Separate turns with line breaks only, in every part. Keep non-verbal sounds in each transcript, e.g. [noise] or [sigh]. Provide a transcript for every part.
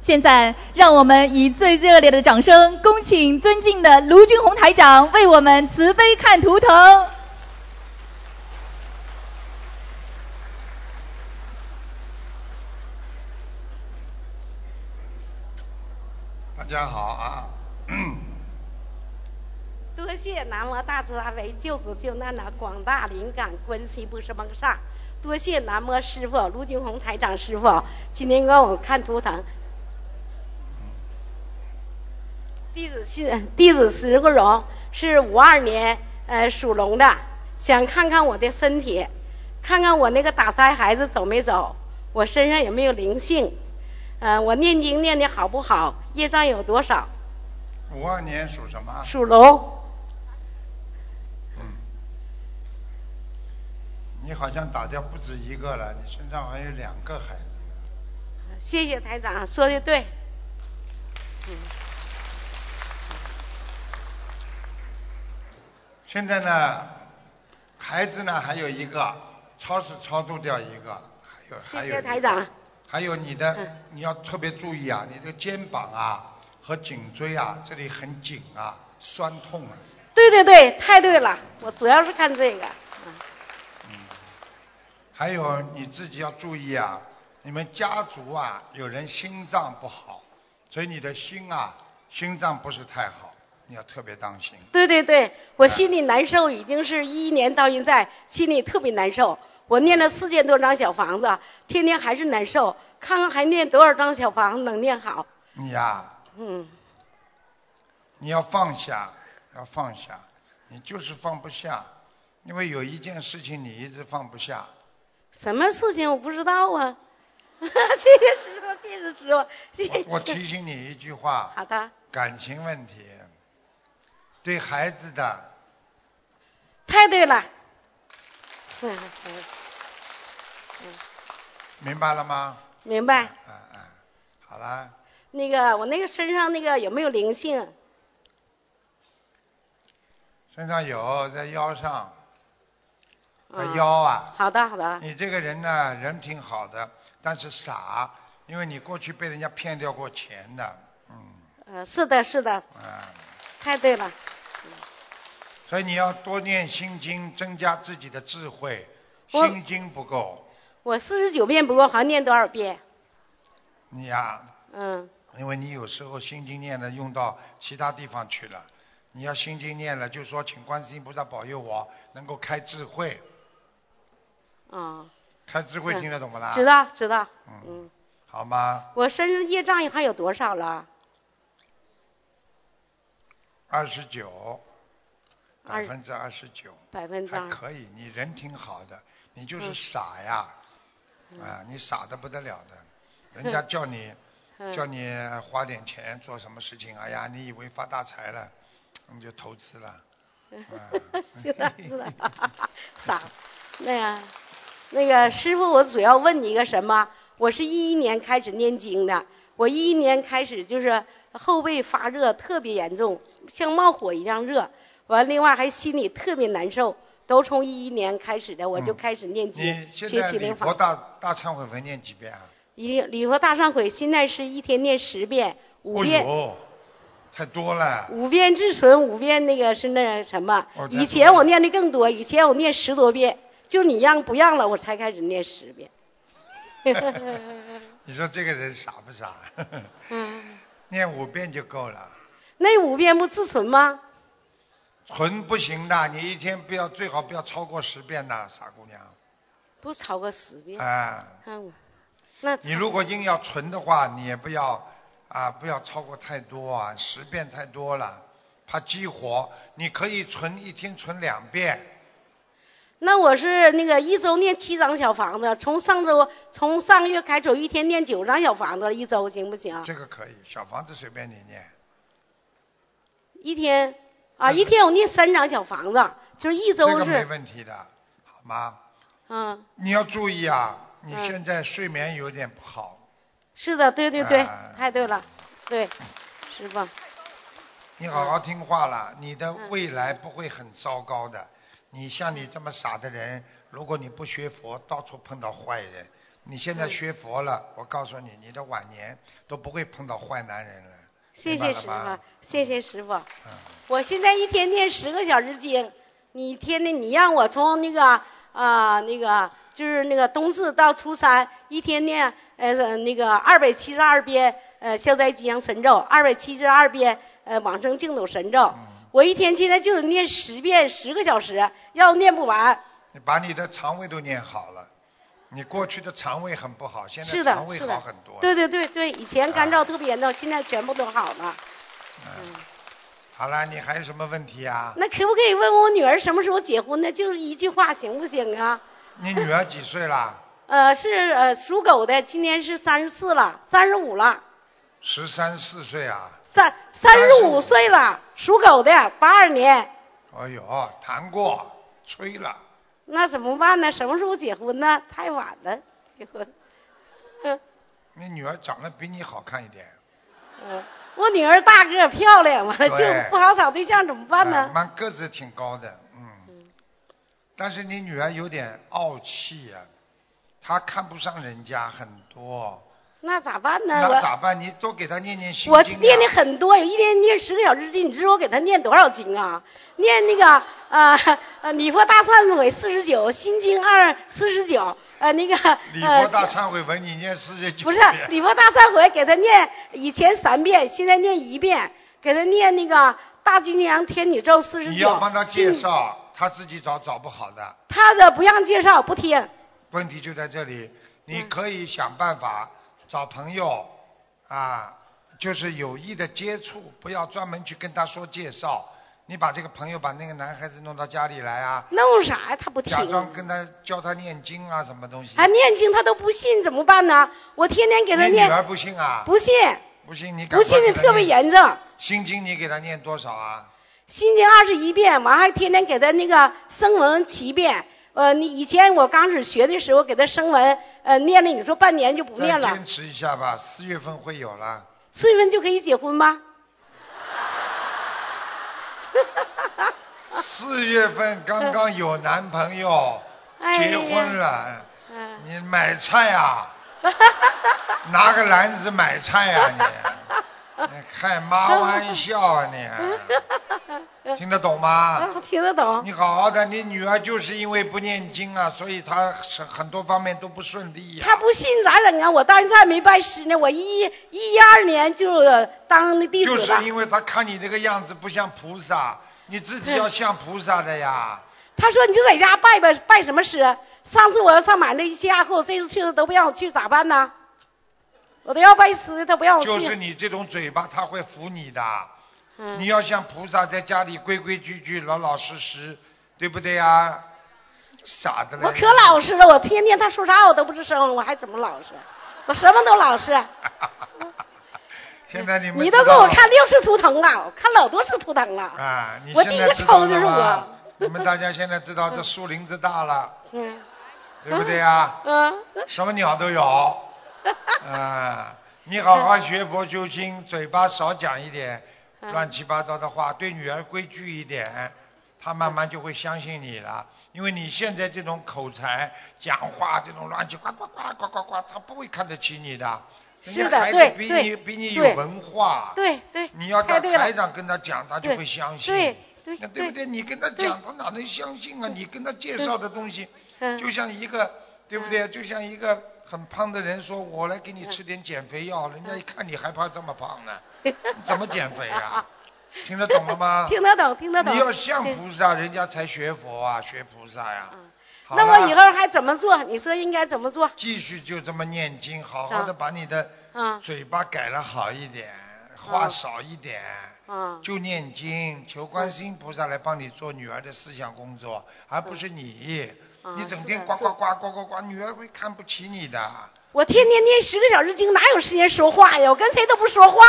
现在，让我们以最热烈的掌声，恭请尊敬的卢军红台长为我们慈悲看图腾。
大家好啊，
多谢南无大慈大悲救苦救难的广大灵感观世音菩萨菩萨，多谢南无师傅卢俊宏台长师傅，今天给我看图腾。弟子信弟子石国荣是五二年呃属龙的，想看看我的身体，看看我那个打胎孩子走没走，我身上有没有灵性，呃，我念经念的好不好，业障有多少？
五二年属什么？
属龙，
嗯，你好像打掉不止一个了，你身上还有两个孩子呢。
谢谢台长，说的对。嗯
现在呢，孩子呢还有一个，超市超度掉一个，还有还有
谢谢
一个
台长。
还有你的，
嗯
你要特别注意啊，你的肩膀啊和颈椎啊这里很紧啊，酸痛啊。
对对对，太对了，我主要是看这个。嗯
还有你自己要注意啊，你们家族啊有人心脏不好，所以你的心啊心脏不是太好，你要特别当心。
对对对，我
哎
心里难受，已经是一一年到现在，心里特别难受。我念了四千多张小房子，天天还是难受，看看还念多少张小房子能念好。
你呀、
嗯，
你要放下，要放下，你就是放不下，因为有一件事情你一直放不下，
什么事情我不知道啊。谢谢师傅，谢谢师傅，谢谢
我。我提醒你一句话，
好的，
感情问题，对孩子的，
太对了。 [laughs] 嗯嗯
明白了吗？
明白。
嗯嗯，好啦，
那个我那个身上那个有没有灵性？
身上有，在腰上，在
啊
腰啊，
好的好的，
你这个人呢，人挺好的，但是傻，因为你过去被人家骗掉过钱的，嗯
呃，是的是的，
啊，
太对了。
所以你要多念心经，增加自己的智慧。
我
心经不够，
我四十九遍不过，好像念多少遍？
你呀、
嗯，
因为你有时候心经念了用到其他地方去了，你要心经念了就说请观世音菩萨保佑我能够开智慧，
啊、
开智慧
嗯
听得懂不啦？
知。道知道，
嗯，
嗯，
好吗？
我身上业障还有多少了？
二十九，
二
百分之二十九。
百分之
还
二，
可以，你人挺好的，你就是
嗯
傻呀，啊，你傻的不得了的，
[laughs]
人家叫你、叫
嗯，
你花点钱做什么事情，哎呀，你以为发大财了，你就投资了，啊
是的，是的，傻，那样，那个师傅，我主要问你一个什么？我是一一年开始念经的，我一一年开始就是后背发热特别严重，像冒火一样热，完另外还心里特别难受，都从一一年开始的，我就
嗯
开始念经，
你现
学
在
习
礼
灵
佛
法。
大大忏悔文念几遍啊？
礼礼佛大忏悔，现在是一天念十遍，五遍、
哦呦，太多
[laughs]
了，
五遍至纯，五遍那个是那什么
哦？咱
以前我念的更多，以前我念十多遍，就你让不让了，我才开始念十
[laughs]
遍。
嗯你说这个人傻不傻？ [laughs]
嗯，
念五遍就够了，
那五遍不自存吗？
纯不行的，你一天不要最好不要超过十遍呐，傻姑娘，
不超过十遍。
啊。
嗯，那
你如果硬要存的话，你也不要啊，不要超过太多啊，十遍太多了，怕激活。你可以存一天存两遍，
那我是那个一周念七张小房子，从上周从上个月开始，我一天念九张小房子了，一周行不行？
这个可以。小房子随便你念，
一天啊，一天我念三张小房子，就是一
这
周
个没
是
问题的，好吗？
嗯。
你要注意啊，你
嗯
现在睡眠有点不好，
是的，对对对，
哎
太对了，对，师傅，
你好好听话了，你的
嗯
未来不会很糟糕的。你像你这么傻的人，如果你不学佛，到处碰到坏人，你现在学佛
嗯
了，我告诉你，你的晚年都不会碰到坏男人了。
谢谢师
明白了
傅
吧，
谢谢师傅。
嗯，
我现在一天天十个小时经，你天天你让我从那个啊、那个就是那个冬至到初三，一天天呃那个二百七十二遍呃消灾吉祥神咒，二百七十二遍呃往生净土神
嗯
咒，我一天现在就得念十遍十个小时，要念不完。
你把你的肠胃都念好了，你过去的肠胃很不好，现在
是的
肠，胃
是
好
的
很多。，啊
对对对对，以前干燥特别严重，现在全部都好了。
嗯，好了，你还有什么问题啊？
[laughs] 那可不可以问我女儿什么时候结婚呢？就是一句话行不行啊？
你女儿几岁啦？
呃，是呃属狗的，今年是三十四了，三十五了，
十三四岁啊！
三三十五岁了，属狗的，八二年，
哎呦，谈过，吹了。
那怎么办呢？什么时候结婚呢？太晚了，结婚。嗯、
你女儿长得比你好看一点，
嗯，我女儿大个儿漂亮，完了
对
就不好找对象，怎么办
啊
呢？
蛮个子挺高的，嗯
嗯。
但是你女儿有点傲气呀、她看不上人家很多，
那咋办呢？
那
我
咋办？你多给她念念心经、啊。
我念的很多，有一天念十个小时经，你知道我给她念多少经啊？念那个呃呃礼佛大忏悔四十九，心经二四十九，呃那个
礼
呃
佛大忏悔文，你念四十九
不是
遍
礼佛大忏悔，给他念以前三遍，现在念一遍，给他念那个大金阳天女咒四十九。
你要帮她介
心。
绍，她自己找找不好的。
他这不让介绍，不听。
问题就在这里，你
嗯
可以想办法找朋友啊，就是有意的接触，不要专门去跟他说介绍。你把这个朋友把那个男孩子弄到家里来啊，
弄啥呀？他不听。
假装跟他教他念经啊，什么东西。
啊，念经他都不信，怎么办呢？我天天给他
你女
念，
儿不信啊？
不信，
不信你赶
不信
快给
的
她
特别
念。
严重。
心经你给他念多少啊？
心经二十一遍，完还天天给他那个声闻七遍。呃，你以前我刚开始学的时候，给他声闻，呃，念了，你说半年就不
再
念了
坚。持一下吧，四月份会有了。
四月份就可以结婚吗？
四月份刚刚有男朋友，
哎
结
呀
婚了。
嗯。
你买菜
[laughs]
啊？拿个篮子买菜
[laughs]
啊你？你开妈玩笑啊 [laughs] 你？听得懂
啊，
吗？
我嗯听得懂。
你好好的，你女儿就是因为不念经啊，所以她很很多方面都不顺利呀、
他不信咋整啊？我到现在没拜师呢，我一一二年就当的弟子
就
了。
是因为她看你这个样子不像菩萨，你自己要像菩萨的呀。
他说你就在家拜吧，拜什么师？上次我要上满洲一西亚，和我这次去的都不让我去，咋办呢？我都要拜师，他不让我去。
就是你这种嘴巴，她会服你的。
嗯
你要像菩萨，在家里规规矩矩、老老实实，对不对呀？傻的嘞！
我可老实了，我天天他说啥我都不吱声，我还怎么老实？我什么都老实。
现在你们
你都给我看六次图腾了，我看老多次图腾了。
啊！你
我
现
第一
在
个
知道
抽就是
了吗
我
你们大家现在知道这树林子大
[laughs]
了，
嗯
对不对啊呀？
嗯，
什么鸟
[laughs]
都有。啊，你好好学佛修心，嘴巴少讲一点
嗯
乱七八糟的话，对女儿规矩一点，她
嗯
慢慢就会相信你了。因为你现在这种口才、讲话这种乱七呱呱呱呱呱呱，她不会看得起你的。人
是
家
的
孩子
对
比
对
你比你有
对
文化。
对对。
你要
太
到
对了
台上跟他讲，他就
对
会相信。
对对
那对不对？你跟他讲，他哪能相信啊？你跟他介绍的东西，
嗯
就像一个，对不对？就像一个很胖的人说：“我来给
嗯
你吃点减肥药。”人家一看你还怕这么胖呢，你怎么减肥
[laughs]
啊？听得懂了吗？
嗯听得懂，听得懂。
啊你要像
对
菩萨，人家才学佛啊，学菩萨呀、
嗯
好
那我
了
以后还怎么做？你说应该怎么做？
继续就这么念经，好好的
啊
把你的
啊
嘴巴改了好一点，话
啊
少一点。
啊
就念经，求观世音菩萨来帮你做女儿的思想工作，而不是你。
啊
你整天
嗯
呱
是的
呱
嗯
呱呱呱呱，女儿会看不起你的。
我天天念十个小时经，哪有时间说话呀？我跟谁都不说话，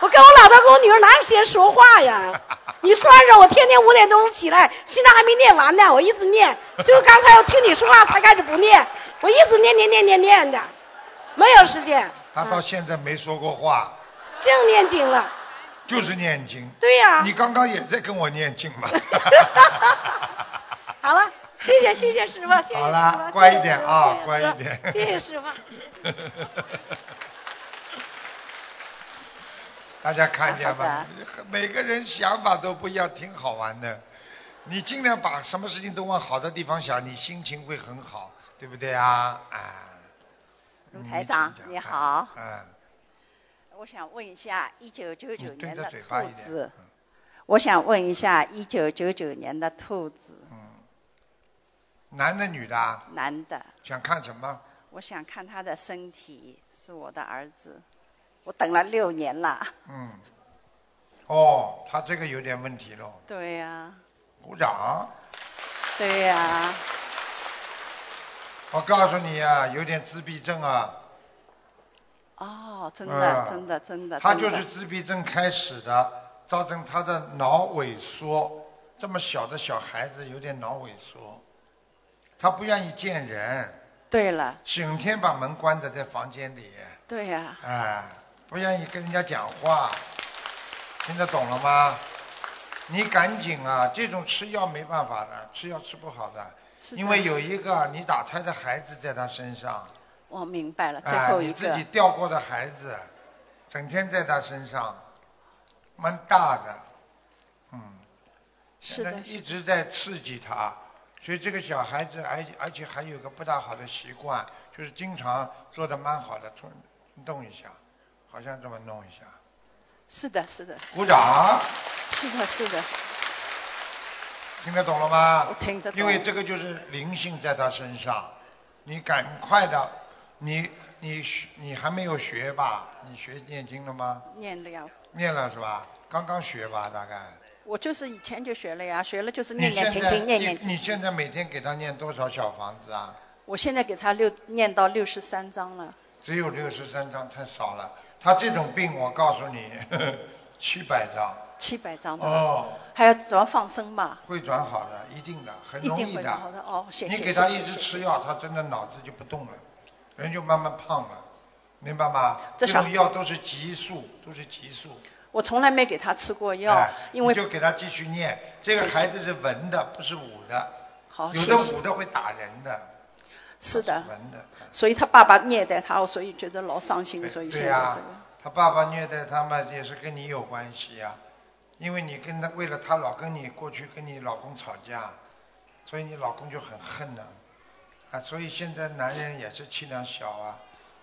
我跟我老头跟我女儿哪有时间说话呀？你算算，我天天五点钟起来，现在还没念完呢，我一直念，就是刚才我听你说话才开始不念，我一直念念念念念的，没有时间，
她到
啊
现在没说过话，
净念经了。
就是念经。
对呀、
你刚刚也在跟我念经嘛。
好了，谢谢谢谢师傅，谢谢师傅。
好啦
谢谢
乖一点啊
师傅
乖一点
谢谢师傅。
[laughs] 大家看见吧
好，
每个人想法都不一样，挺好玩的。你尽量把什么事情都往好的地方想，你心情会很好，对不对啊？啊，
卢
你
台长
嗯请讲
你好
嗯，
我想问一下，一九九
你
九
对
年
着
的
嘴巴
兔
一点。嗯
子，我想问一下，一九九九年的兔子，
男的女的啊？
男的，
想看什么？
我想看他的身体，是我的儿子，我等了六年了。
嗯，哦，他这个有点问题喽。
对呀、
鼓掌！
对呀、
我告诉你啊，有点自闭症啊，
哦，真
啊
的，真的，真的，
他
真
就
的
是自闭症开始的，造成他的脑萎缩。这么小的小孩子有点脑萎缩，他不愿意见人，
对了，
整天把门关着在房间里，
对呀、
哎，不愿意跟人家讲话，听得懂了吗？你赶紧啊，这种吃药没办法的，吃药吃不好的，
是的
因为有一个你打胎的孩子在他身上，
我明白了，最
哎，
后
你
一
自
个，
己掉过的孩子，整天在他身上，蛮大的，嗯，
是
现在
的，
一直在刺激他，所以这个小孩子，而且而且还有个不大好的习惯，就是经常做的蛮好的，动动一下，好像这么弄一下，
是的，是的，
鼓掌，
是的，是的，
听得懂了吗？
我听得懂
因为这个就是灵性在他身上，你赶快的，你你学你还没有学吧？你学念经了吗？
念了呀，
念了是吧？刚刚学吧，大概。
我就是以前就学了呀，学了就是
你
念念
现
停
在
停，念
你
念停。
你现在每天给他念多少小房子啊？
我现在给他六念到六十三章了，
只有六十三张，太少了。他这种病，我告诉你， [laughs] 七百张。
七百章的了，
哦，
还要主要放生嘛，
会转好的，一定的，很
一
容
定
易
会
的。
好的哦，谢谢。
你给他
谢谢
一直
谢谢
吃药，他真的脑子就不动了，人就慢慢胖了，明白吗？
这
这
啥
种药都是激素，都是激素。
我从来没给他吃过药，
哎
因为
你就给他继续念。这个孩子是文的，不是武的。
好
有
谢
的
谢
武的会打人的。
是的，
文的。嗯
所以他爸爸虐待他，所以觉得老伤心，
对
所以
对
现在
呀、
这个、
他爸爸虐待他们也是跟你有关系呀、因为你跟他为了他老跟你过去跟你老公吵架，所以你老公就很恨呐、啊，所以现在男人也是气量小啊，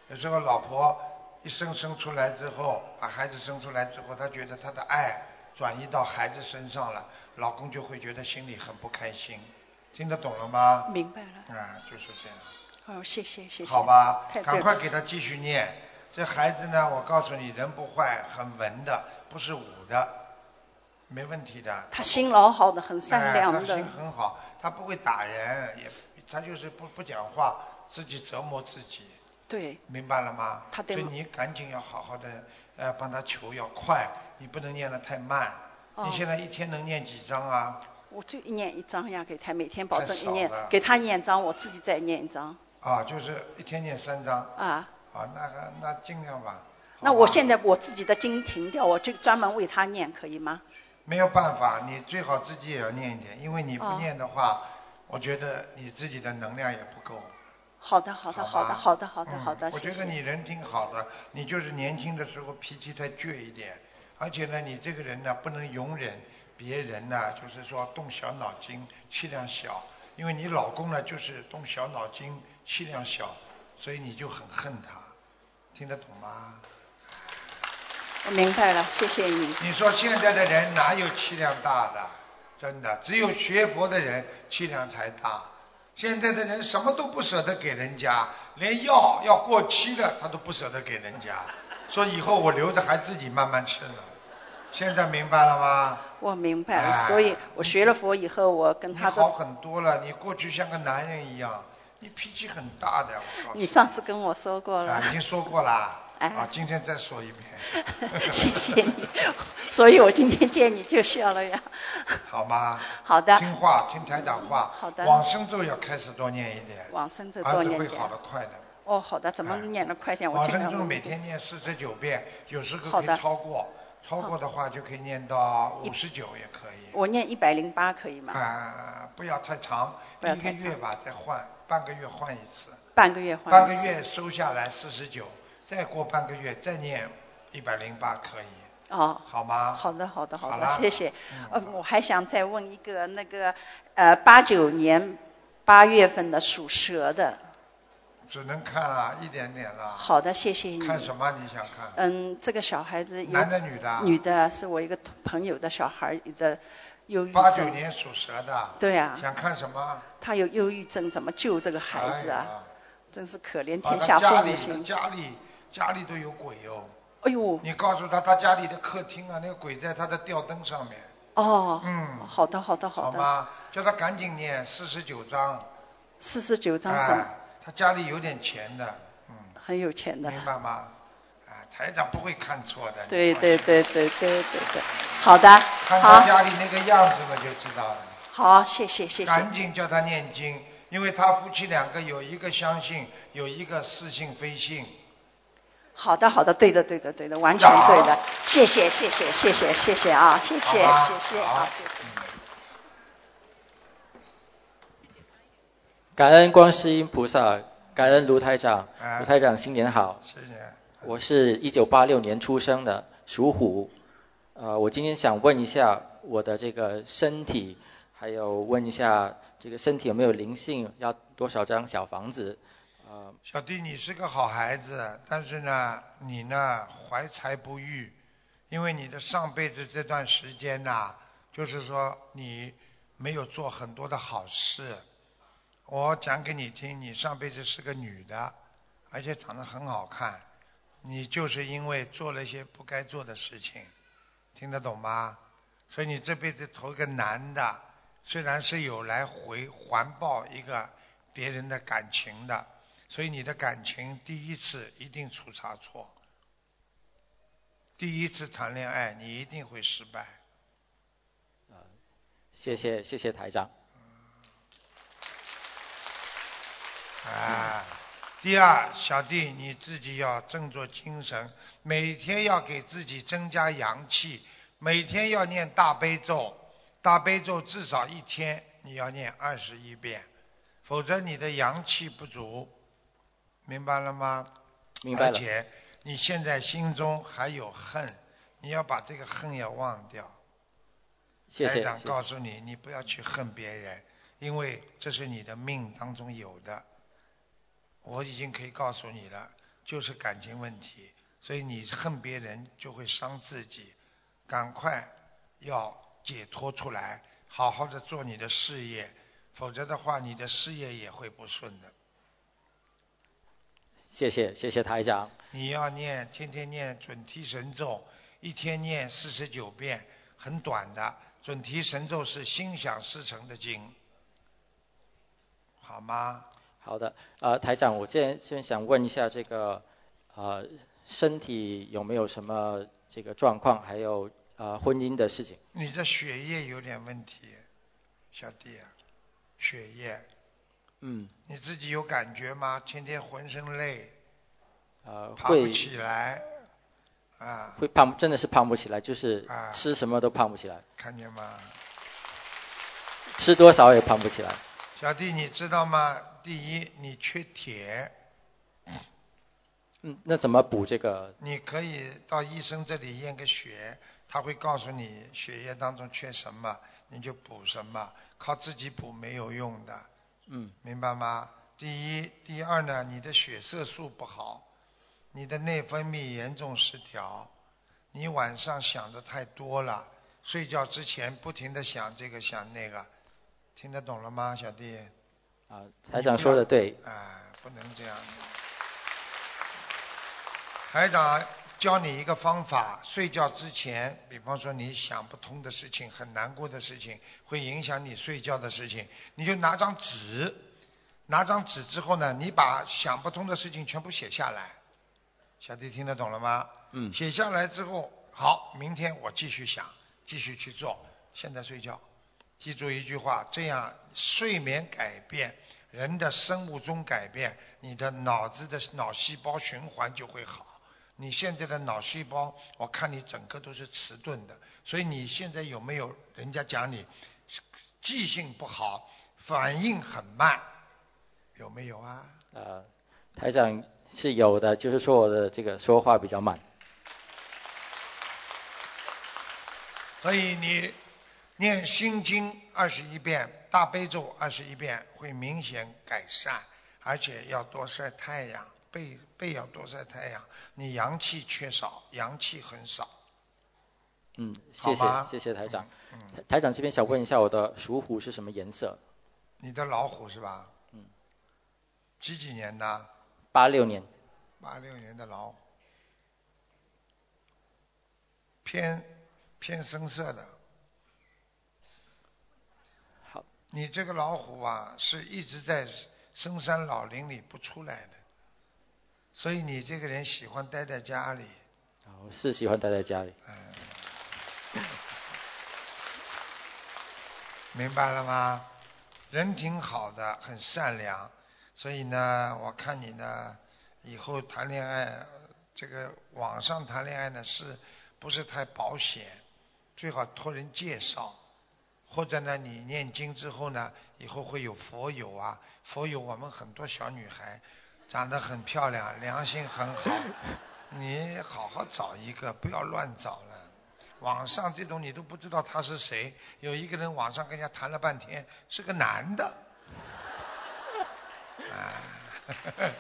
有时候老婆一生生出来之后，把孩子生出来之后，她觉得她的爱转移到孩子身上了，老公就会觉得心里很不开心，听得懂了吗？
明白了。
啊，就是这样。
哦，谢谢谢谢。
好吧，
太对
赶
了
快给他继续念。这孩子呢，我告诉你，人不坏，很文的，不是武的，没问题的。
他心老好的，很善
哎
良
他
的
心。很好，他不会打人，也他就是不不讲话，自己折磨自己，
对，
明白了吗？
他对
所以你赶紧要好好的，呃，帮他求要快，你不能念得太慢。
哦
你现在一天能念几张啊？
我就一念一张呀，给他每天保证
太
一
少
念
了，
给他念一张，我自己再念一张
啊，就是一天念三张，
啊。
啊，那个那尽量吧。
那
好吧
我现在我自己的经停掉，我就专门为他念，可以吗？
没有办法，你最好自己也要念一点，因为你不念的
哦
话，我觉得你自己的能量也不够。
好的，好的，好
吧
的，好的，好的，好的，
嗯我
谢
觉得
谢。
你人挺好的，你就是年轻的时候脾气太倔一点，而且呢，你这个人呢不能容忍别人呢，就是说动小脑筋，气量小。因为你老公呢就是动小脑筋，气量小，所以你就很恨他，听得懂吗？
我明白了，谢谢你。
你说现在的人哪有气量大的？真的，只有学佛的人气量才大。现在的人什么都不舍得给人家，连药要过期了他都不舍得给人家，说以后我留着还自己慢慢吃呢。现在明白了吗？
我明白了，
哎
所以我学了佛以后，我跟
你
他
好
的，
很多了，你过去像个男人一样，你脾气很大的，我告诉
你上次跟我说过了
啊，，已经说过啦，
哎，
啊，今天再说一遍
[laughs] 谢谢你，所以我今天见你就笑了
[laughs]
呀。
[laughs] 好吗？
好的，
听话，听台长话。
好的
往生咒要开始多念一点。
往生咒
儿
多
子
念
会
点
好的快的。
哦，好的，怎么
哎
念的快点？我
往
尽
生
量
咒
努
每
力。
天念四十九遍，有时候
好
可
的
以超过。超过的话就可以念到五十九也可以。
我念一百零八可以吗？
啊，不要太长，
不要
一
太
个
长
月吧，再换，半个月换一次，
半个月换
半个
一次
月收下来四十九，再过半个月再念一百零八可以，
哦。
好吗？
好的，好的，
好
的
啦，
谢谢。呃
嗯，好
我还想再问一个，那个呃，八九年八月份的属蛇的，
只能看啊，一点点了。
好的，谢谢你。
看什么？你想看？
嗯，这个小孩子有
男的女的啊？
女的是我一个朋友的小孩的忧郁症。
八九年属蛇的。
对啊，
想看什么？
他有忧郁症，怎么救这个孩子
哎
啊？
呀
真是可怜
啊他
天，下
家
父
里他
母心。
家里家里都有鬼哦。
哎呦，
你告诉他，他家里的客厅啊，那个鬼在他的吊灯上面，
哦，
嗯
好的，好的，
好
的。
吗？叫他赶紧念四十九章。
四十九张什么？
哎，他家里有点钱的，嗯，
很有钱的。
明白吗？啊，台长不会看错的。你
对
放
对
心，
对对对对对，好的，
看他
好，
家里那个样子嘛，就知道了。
好，谢谢谢谢。
赶紧叫他念经，因为他夫妻两个有一个相信，有一个似信非信。
好的，好的，对的，对的，对的，完全对的，谢谢，谢谢，谢谢，谢谢啊，谢谢，
好吧
谢谢啊
好，
谢谢。
感恩观世音菩萨，感恩卢台长，
哎
卢台长新年好。
谢谢。
我是一九八六年出生的，属虎。呃，我今天想问一下我的这个身体，还有问一下这个身体有没有灵性，要多少张小房子？呃，
小弟，你是个好孩子，但是呢，你呢怀才不遇，因为你的上辈子这段时间呐、就是说你没有做很多的好事。我讲给你听，你上辈子是个女的，而且长得很好看，你就是因为做了一些不该做的事情，听得懂吗？所以你这辈子投一个男的，虽然是有来回环抱一个别人的感情的。所以你的感情第一次一定出差错，第一次谈恋爱你一定会失败。
谢谢谢谢台长。
啊，第二，小弟你自己要振作精神，每天要给自己增加阳气，每天要念大悲咒，大悲咒至少一天你要念二十一遍，否则你的阳气不足，明白了吗？
明白
而
了，
且你现在心中还有恨，你要把这个恨要忘掉。
谢
台
谢。
长
谢谢
告诉你，你不要去恨别人，因为这是你的命当中有的。我已经可以告诉你了，就是感情问题，所以你恨别人就会伤自己。赶快要解脱出来，好好的做你的事业，否则的话，你的事业也会不顺的。
谢谢谢谢台长。
你要念，天天念准提神咒，一天念四十九遍，很短的。准提神咒是心想事成的经，好吗？
好的，呃，台长，我现在现在想问一下这个，呃，身体有没有什么这个状况，还有呃婚姻的事情？
你的血液有点问题，小弟啊，血液
嗯，
你自己有感觉吗？天天浑身累，
呃，
爬不
会
起来，啊，
会胖，真的是胖不起来，就是
啊
吃什么都胖不起来，
看见吗？
吃多少也胖不起来。
小弟，你知道吗？第一，你缺铁。
嗯，那怎么补这个？
你可以到医生这里验个血，他会告诉你血液当中缺什么，你就补什么，靠自己补没有用的，
嗯，
明白吗？第一，第二呢，你的血色素不好，你的内分泌严重失调，你晚上想的太多了，睡觉之前不停的想这个想那个，听得懂了吗，小弟？
啊、台长说的对，
啊，不能这样。台长教你一个方法，睡觉之前，比方说你想不通的事情、很难过的事情，会影响你睡觉的事情，你就拿张纸，拿张纸之后呢，你把想不通的事情全部写下来。小弟听得懂了吗？
嗯，
写下来之后，好，明天我继续想，继续去做，现在睡觉。记住一句话，这样睡眠改变人的生物钟改变，你的脑子的脑细胞循环就会好，你现在的脑细胞，我看你整个都是迟钝的，所以你现在有没有人家讲你记性不好，反应很慢，有没有啊？
呃，台长是有的，就是说我的这个说话比较慢。
所以你念心经二十一遍，大悲咒二十一遍，会明显改善，而且要多晒太阳，背背要多晒太阳，你阳气缺少，阳气很少。
嗯，谢
好吧
谢谢谢台长。
嗯，
台台长这边想问一下，我的属虎是什么颜色？
你的老虎是吧？
嗯。
几几年的？
八六年，
八六年的老虎，偏偏深色的。
好。
你这个老虎啊，是一直在深山老林里不出来的，所以你这个人喜欢待在家里。
啊我是喜欢待在家里。
明白了吗？人挺好的，很善良，所以呢，我看你呢，以后谈恋爱，呃这个网上谈恋爱呢，是不是太保险？最好托人介绍，或者呢，你念经之后呢，以后会有佛友啊，佛友我们很多小女孩长得很漂亮，良心很好，你好好找一个，不要乱找了。网上这种你都不知道他是谁，有一个人网上跟人家谈了半天，是个男的。啊，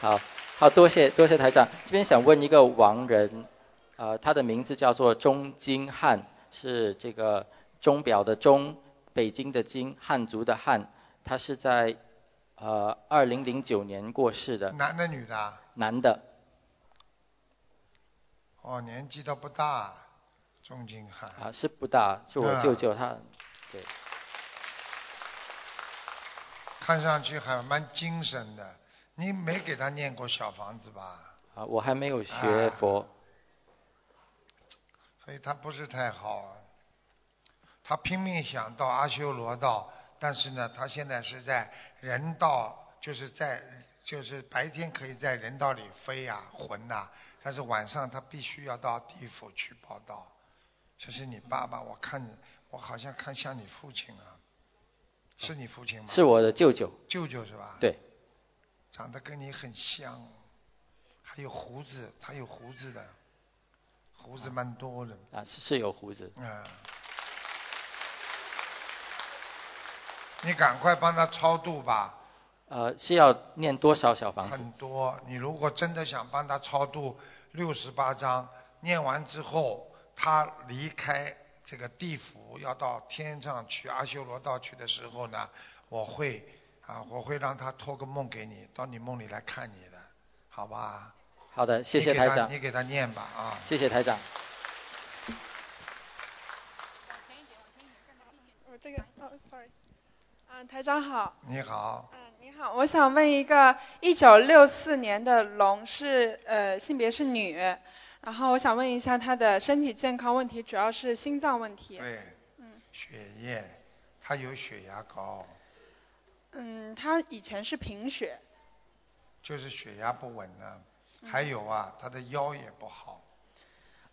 好，好，多谢多谢台长。这边想问一个亡人，啊、他的名字叫做钟金汉，是这个钟表的钟，北京的京，汉族的汉。他是在呃二零零九年过世的，
男的女的啊？
男的。
哦，年纪倒不大，钟金汉。
啊，是不大，是我
啊
舅舅他，
看上去还蛮精神的。你没给他念过小房子吧？
啊，我还没有
啊
学佛，
所以他不是太好啊。他拼命想到阿修罗道，但是呢，他现在是在人道，就是在就是白天可以在人道里飞呀、魂呐、但是晚上他必须要到地府去报道。这是你爸爸，我看你，我好像看像你父亲啊，是你父亲吗？
是我的舅舅，啊
舅舅是吧？
对。
长得跟你很像，还有胡子，他有胡子的，胡子蛮多的。
啊，是是有胡子，
嗯，你赶快帮他超度吧，
呃，是要念多少小房子？
很多。你如果真的想帮他超度六十八章，念完之后，他离开这个地府，要到天上去阿修罗道去的时候呢，我会啊，我会让他托个梦给你，到你梦里来看你的，好吧？
好的，谢谢
你给他
台长，
你给他念吧啊。
谢谢台长。
我这个，哦，sorry，嗯、台长好，
你好，
嗯、你好，我想问一个，一九六四年的龙是呃性别是女，然后我想问一下她的身体健康问题，主要是心脏问题。
对，
嗯
血液，他有血压高。
嗯，她以前是贫血，
就是血压不稳了，
嗯
还有啊，他的腰也不好，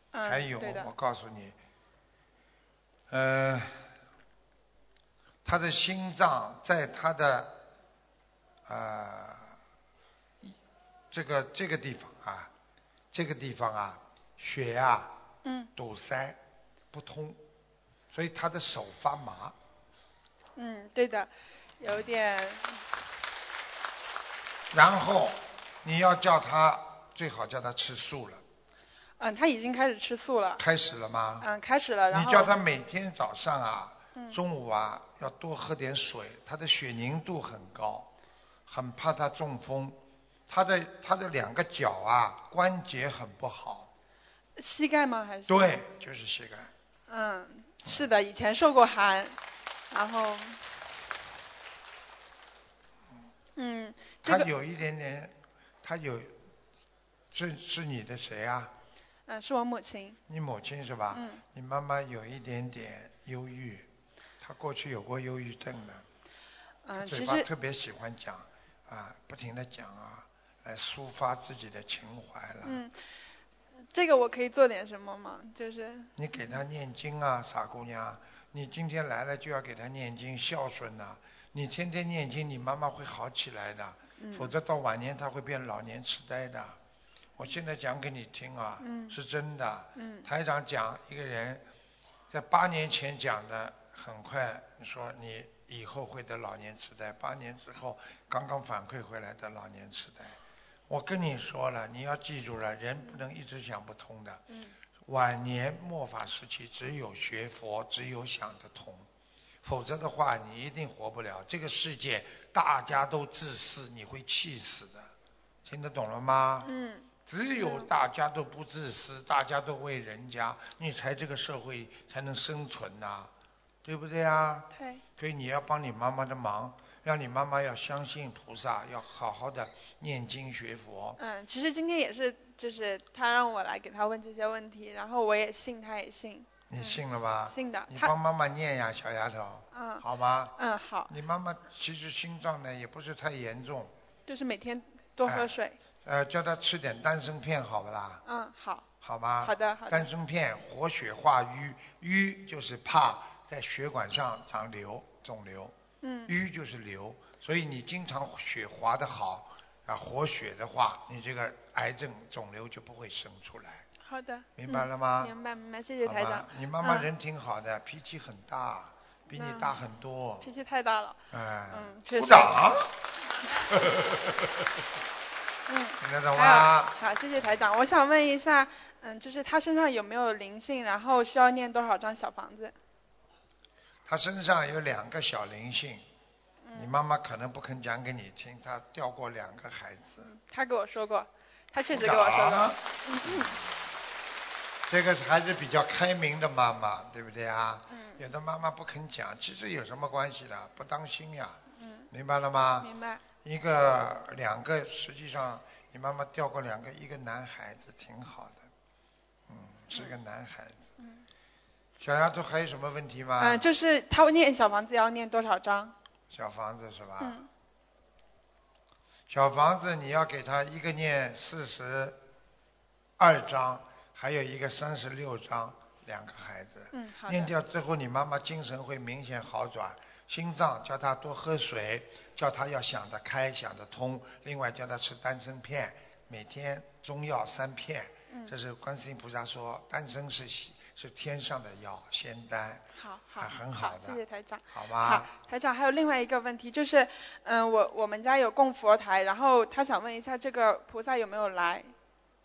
嗯，
还有
对的
我，告诉你，呃，他的心脏在他的呃这个这个地方啊，这个地方啊，血啊
嗯
堵塞不通，所以他的手发麻，
嗯，对的，有点，
然后你要叫他最好叫他吃素了，
嗯，她已经开始吃素了，
开始了吗？
嗯，开始了，然
啊你
后
叫他每天早上啊，
嗯
中午啊要多喝点水，他的血凝度很高，很怕他中风。他的他的两个脚啊关节很不好，
膝盖吗？还是？
对，就是膝盖。
嗯，是的，以前受过寒，然后，嗯，这
他
个，
有一点点，他有，是是你的谁啊？
嗯，是我母亲，
你母亲是吧？
嗯，
你妈妈有一点点忧郁，她过去有过忧郁症的。
嗯，
嘴
其
巴
实，
特别喜欢讲啊，不停的讲啊，来抒发自己的情怀了。
嗯，这个我可以做点什么吗？就是
你给他念经啊，傻姑娘，你今天来了就要给他念经，孝顺呐、你天天念经，你妈妈会好起来的，
嗯
嗯
否则到晚年她会变老年痴呆的。我现在讲给你听啊，
嗯
是真的。
嗯
台长讲一个人在八年前讲的，很快说你以后会得老年痴呆，八年之后刚刚反馈回来得老年痴呆。我跟你说了，你要记住了，人不能一直想不通的。
嗯
晚年末法时期，只有学佛，只有想得通，否则的话，你一定活不了。这个世界大家都自私，你会气死的。听得懂了吗？
嗯
只有大家都不自私，大家都为人家，你才这个社会才能生存呐、对不对啊？
对
所以你要帮你妈妈的忙，让你妈妈要相信菩萨，要好好的念经学佛。
嗯，其实今天也是，就是他让我来给他问这些问题，然后我也信，他也信，
你
嗯
信了吧？
信的
你
他
帮妈妈念呀，小丫头，
嗯
好吗？
嗯好，
你妈妈其实心脏呢也不是太严重，
就是每天多
哎
喝水，
呃，叫她吃点丹参片好不啦？
嗯好，
好吗？
好的好的
丹参片活血化瘀，瘀就是怕在血管上长瘤、肿瘤，
嗯
瘀就是瘤，所以你经常血滑的好啊，活血的话，你这个癌症、肿瘤就不会生出来，
好的，
明白了吗？
嗯明白明白，谢谢
好
台
吧
长，，
你妈妈
嗯
人挺好的，脾气很大，比你
那
大很多，
脾气太大了，
哎，
嗯确
鼓
实
掌，
[laughs] 嗯。
听得懂
还有
吗？
好，谢谢台长。我想问一下，嗯，就是他身上有没有灵性，然后需要念多少张小房子？
她身上有两个小灵性，
嗯
你妈妈可能不肯讲给你听，她掉过两个孩子。
他给我说过，他嗯确实给我说
啊
过。嗯
这个还是比较开明的妈妈，对不对啊？
嗯
有的妈妈不肯讲，其实有什么关系啦？不当心呀，
嗯，
明白了吗？
明白。
一个两个，实际上你妈妈掉过两个，一个男孩子挺好的，嗯，是个男孩子。
嗯
小丫头还有什么问题吗？
嗯，就是他念小房子要念多少张？
小房子是吧？
嗯
小房子你要给他一个念四十二章，还有一个三十六章，两个孩子。
嗯，好
念
的。
掉之后，你妈妈精神会明显好转，心脏叫她多喝水，叫她要想得开、想得通，另外叫她吃丹参片，每天中药三片，
嗯
这，是观世音菩萨说丹参是喜是天上的药，仙丹，
好好，
啊很好
好，
的
谢谢台长。
好
好
吗？，
台长还有另外一个问题，就是，嗯、我我们家有供佛台，然后他想问一下这个菩萨有没有来？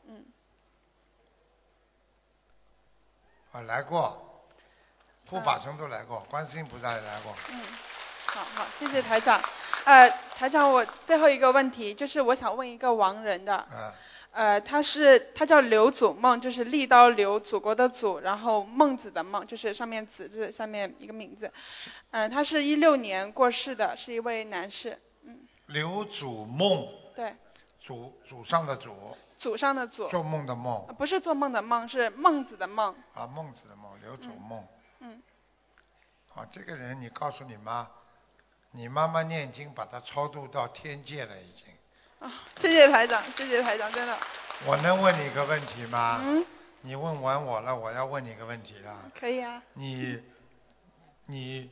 嗯，
啊，来过，护法神都来过，观世音菩萨也来过。
嗯，好好，谢谢台长。呃，台长，我最后一个问题就是，我想问一个亡人的，
嗯，
呃，他是他叫刘祖梦，就是立刀刘，祖国的祖，然后孟子的孟，就是上面子字下面一个名字。嗯、他是一六年过世的，是一位男士。
刘祖梦，
对，
祖祖上的祖，
祖上的祖，
做梦的梦
呃不是做梦的梦，是孟子的梦。
啊，孟子的梦，刘祖梦。
嗯。
啊，这个人，你告诉你妈，你妈妈念经把他超度到天界了，已经。
啊谢谢台长，谢谢台长，真的。
我能问你一个问题吗？
嗯，
你问完我了，我要问你一个问题了。
可以啊。
你，你，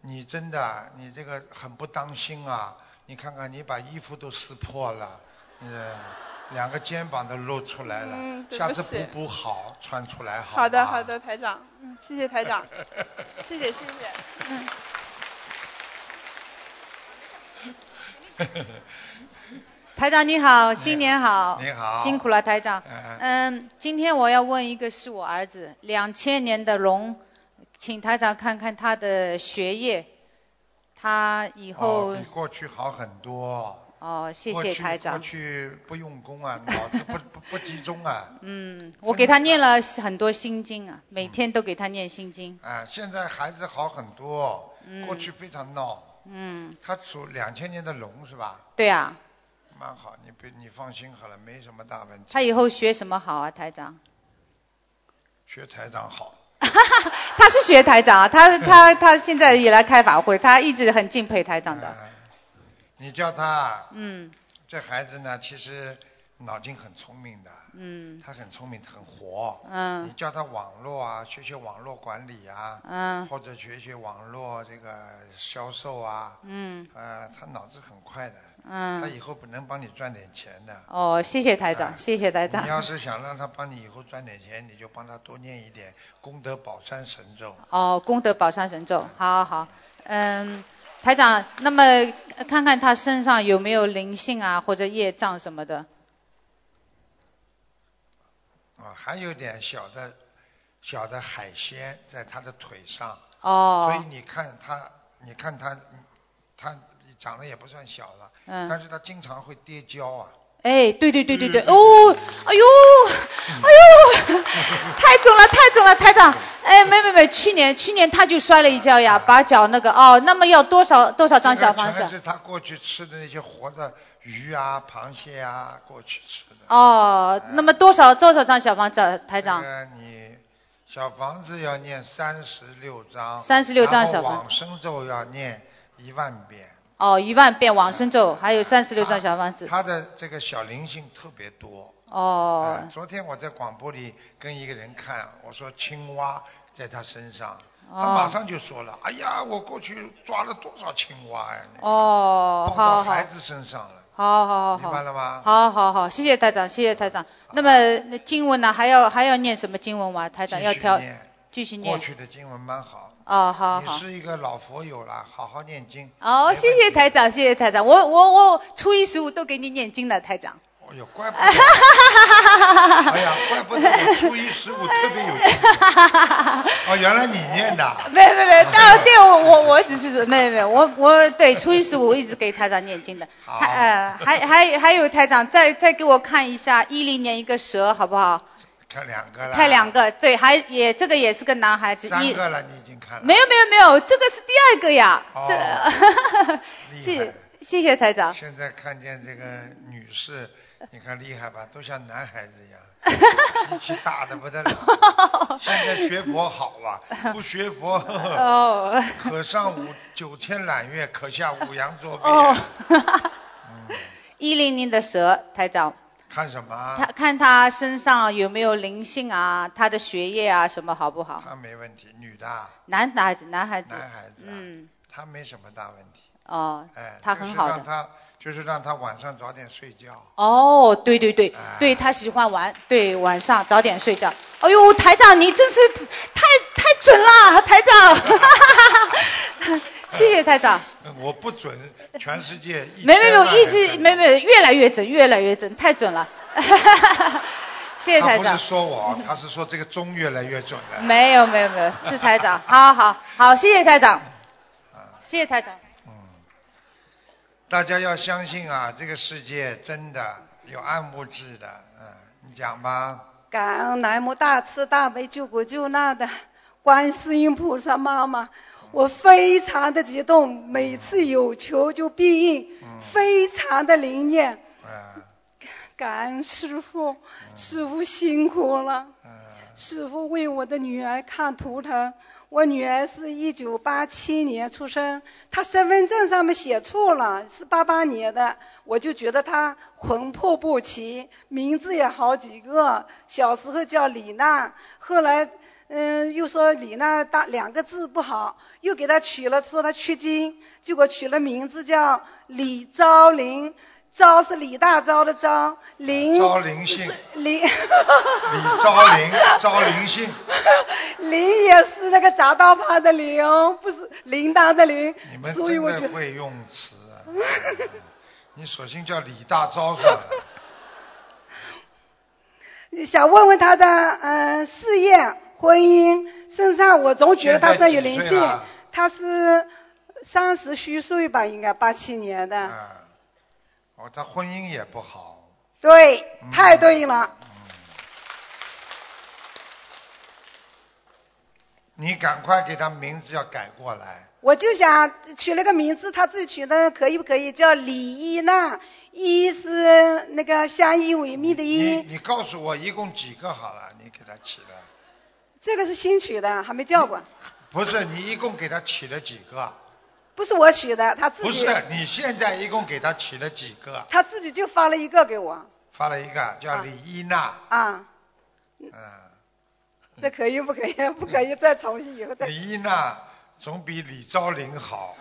你真的，你这个很不当心啊！你看看，你把衣服都撕破了，嗯，两个肩膀都露出来了，
嗯对
下
不
次
起
补补好，穿出来好。
好的，好的，。台长，嗯，谢谢台长，谢谢，谢谢。
嗯台长你好，新年好，
哎你好
辛苦了台长。
嗯
嗯，今天我要问一个是我儿子，两千年的龙，请台长看看他的学业，他以后
哦、比过去好很多。
哦谢
过
谢
去
台
过
长。
去不用功啊，脑子不不不集中啊，
嗯，我给他念了很多心经啊，每天都给他念心经。
啊，现在孩子好很多，
嗯
过去非常闹。
嗯，
他属两千年的龙是吧？
对啊，
蛮好，你别你放心好了，没什么大问题。
他以后学什么好啊，台长？
学台长好，
他是学台长啊，他他他现
哎
在也来开法会，他一直很敬佩台长的。
嗯你叫他
嗯，
这孩子呢，其实脑筋很聪明的，
嗯
他很聪明，很活。你
嗯
叫他网络啊，学学网络管理啊，
嗯
或者学学网络这个销售啊，
嗯
呃，他脑子很快的，他
嗯，
以后不能帮你赚点钱的。
哦，谢谢台
啊
长，谢谢台
你要
长。
是想让他帮你以后赚点钱，你就帮他多念一点功德宝山神咒。
哦，功德宝山神咒，好好好，嗯，台长，那么呃看看他身上有没有灵性啊，或者业障什么的。
啊，还有点小的小的海鲜在他的腿上，所以
哦，
你看他，你看他，他长得也不算小了，
嗯，
但是他经常会跌跤啊。
哎，对对对对
嗯
对，哦，哎呦，哎呦， [laughs] 太准了，太准了，台长，哎，没没没，去年去年他就摔了一跤呀，把脚那个，哦，那么要多少多少张
啊这
小
个
房
全
子？
是他过去吃的那些活的鱼啊、螃蟹啊，过去吃的。
哦，那么多少多少张小房子，啊台长
这？个你小房子要念三十六章，
36章小
然后
房
往生咒要念一万遍。
哦，一万遍往生咒，还有三十六张小房子。
啊他的这个小灵性特别多。啊
哦，
昨天我在广播里跟一个人看，我说青蛙在他身上，他马
哦，
上就说了：“哎呀，我过去抓了多少青蛙呀、你
哦，
抱
好
到
好好
孩，子身上了，
好好
明白
好。
了吗？
好好好，谢谢台长，谢谢台长。那么那经文呢，还要还要念什么经文哇？台长要
继续
挑
念
继续
过
念。
去的经文蛮好。
哦，好
你
好。
是一个老佛友了，好好念经。
哦，谢谢台长，谢谢台长。我我我初一十五都给你念经了，
[laughs]
台长。
哎呦，怪
[laughs]
不得，哎呀，怪不得我初一十五特别有劲。哦，原来你念
[laughs]
的，
没没没，当对我我我只是说没有没有，我我对初一十五一直给台长念经的。
好
还呃还还还有台长，再再给我看一下一零年一个蛇好不好？
看两个了，
看两，个，对，还也这个也是个男孩子，
三
一
个了，你已经看了，
没有没有没有，这个是第二个呀，
哦
这 [laughs]
厉害
谢。谢谢台长，
现在看见这个女
[laughs]
士，你看厉害吧，都像男孩子一样，脾气大的不得
[laughs]
了。现在学佛好啊，不学佛，
哦
可上五九天揽月，可下五洋啊捉鳖。
哦，
嗯，
一零零的蛇台长，
看什么啊
他？看他身上有没有灵性啊，他的学业啊什么好不好？
她没问题，女的啊，
男男孩子，男孩子，
男孩子啊，
嗯，
她没什么大问题。
哦
哎，
她很好
就是
的
让她，就是让她晚上早点睡觉。
哦，对对对
哎，
对他喜欢玩，对晚上早点睡觉。哎呦，台长你真是太太准了，台长， [laughs] 谢谢台长。
嗯我不准，全世界一
没没
千万
没，一
人
直
准
没没越来越准，越来越准，太准了。 [laughs] 谢谢
他
台
不是
长。
说我，他是说这个钟越来越准了。
没有没有没有，是台长。好好好，谢谢台长，
啊，
谢谢台长。
嗯，大家要相信啊，这个世界真的有暗物质的。嗯，你讲吧。
感恩南无大慈大悲救苦救难的观世音菩萨妈妈，我非常的激动，每次有求就必应，
嗯，
非常的灵验。
嗯
感恩师傅，师傅辛苦了。
嗯
师傅为我的女儿看图腾，我女儿是一九八七年出生，她身份证上面写错了，是八八年的，我就觉得她魂魄不齐，名字也好几个，小时候叫李娜，后来嗯又说李娜大两个字不好，又给她取了说她缺金，结果取了名字叫李昭林，昭是李大钊的啊昭，林
招灵性，
[laughs] 林。
李招
[laughs]
灵，招灵性，
铃也是那个砸刀旁的铃哦，不是铃铛的铃
你，们
所以
真
我觉
的
得
会用词啊！ [laughs] 你索性叫李大钊算了。
想问问他的呃事业、婚姻，身上 [laughs] 我总觉得他身上有灵
现在几岁
性
了。
他是三十虚岁吧，应该八七年的，
嗯，哦，他婚姻也不好。
对
嗯，
太对了。
你赶快给他名字要改过来。
我就想取了个名字，他自己取的可以不可以？叫李依娜，依是那个相依为命的
你
依，
你告诉我一共几个好了？你给他起的。
这个是新取的，还没叫过。
不是，你一共给他起了几个？
不是我取的，他自己
不是，你现在一共给他起了几个？
他自己就发了一个给我
发了一个叫李一娜，
啊，
嗯，
这可以不可以？ [laughs] 不可以再重新以后再。
李一娜总比李昭玲好。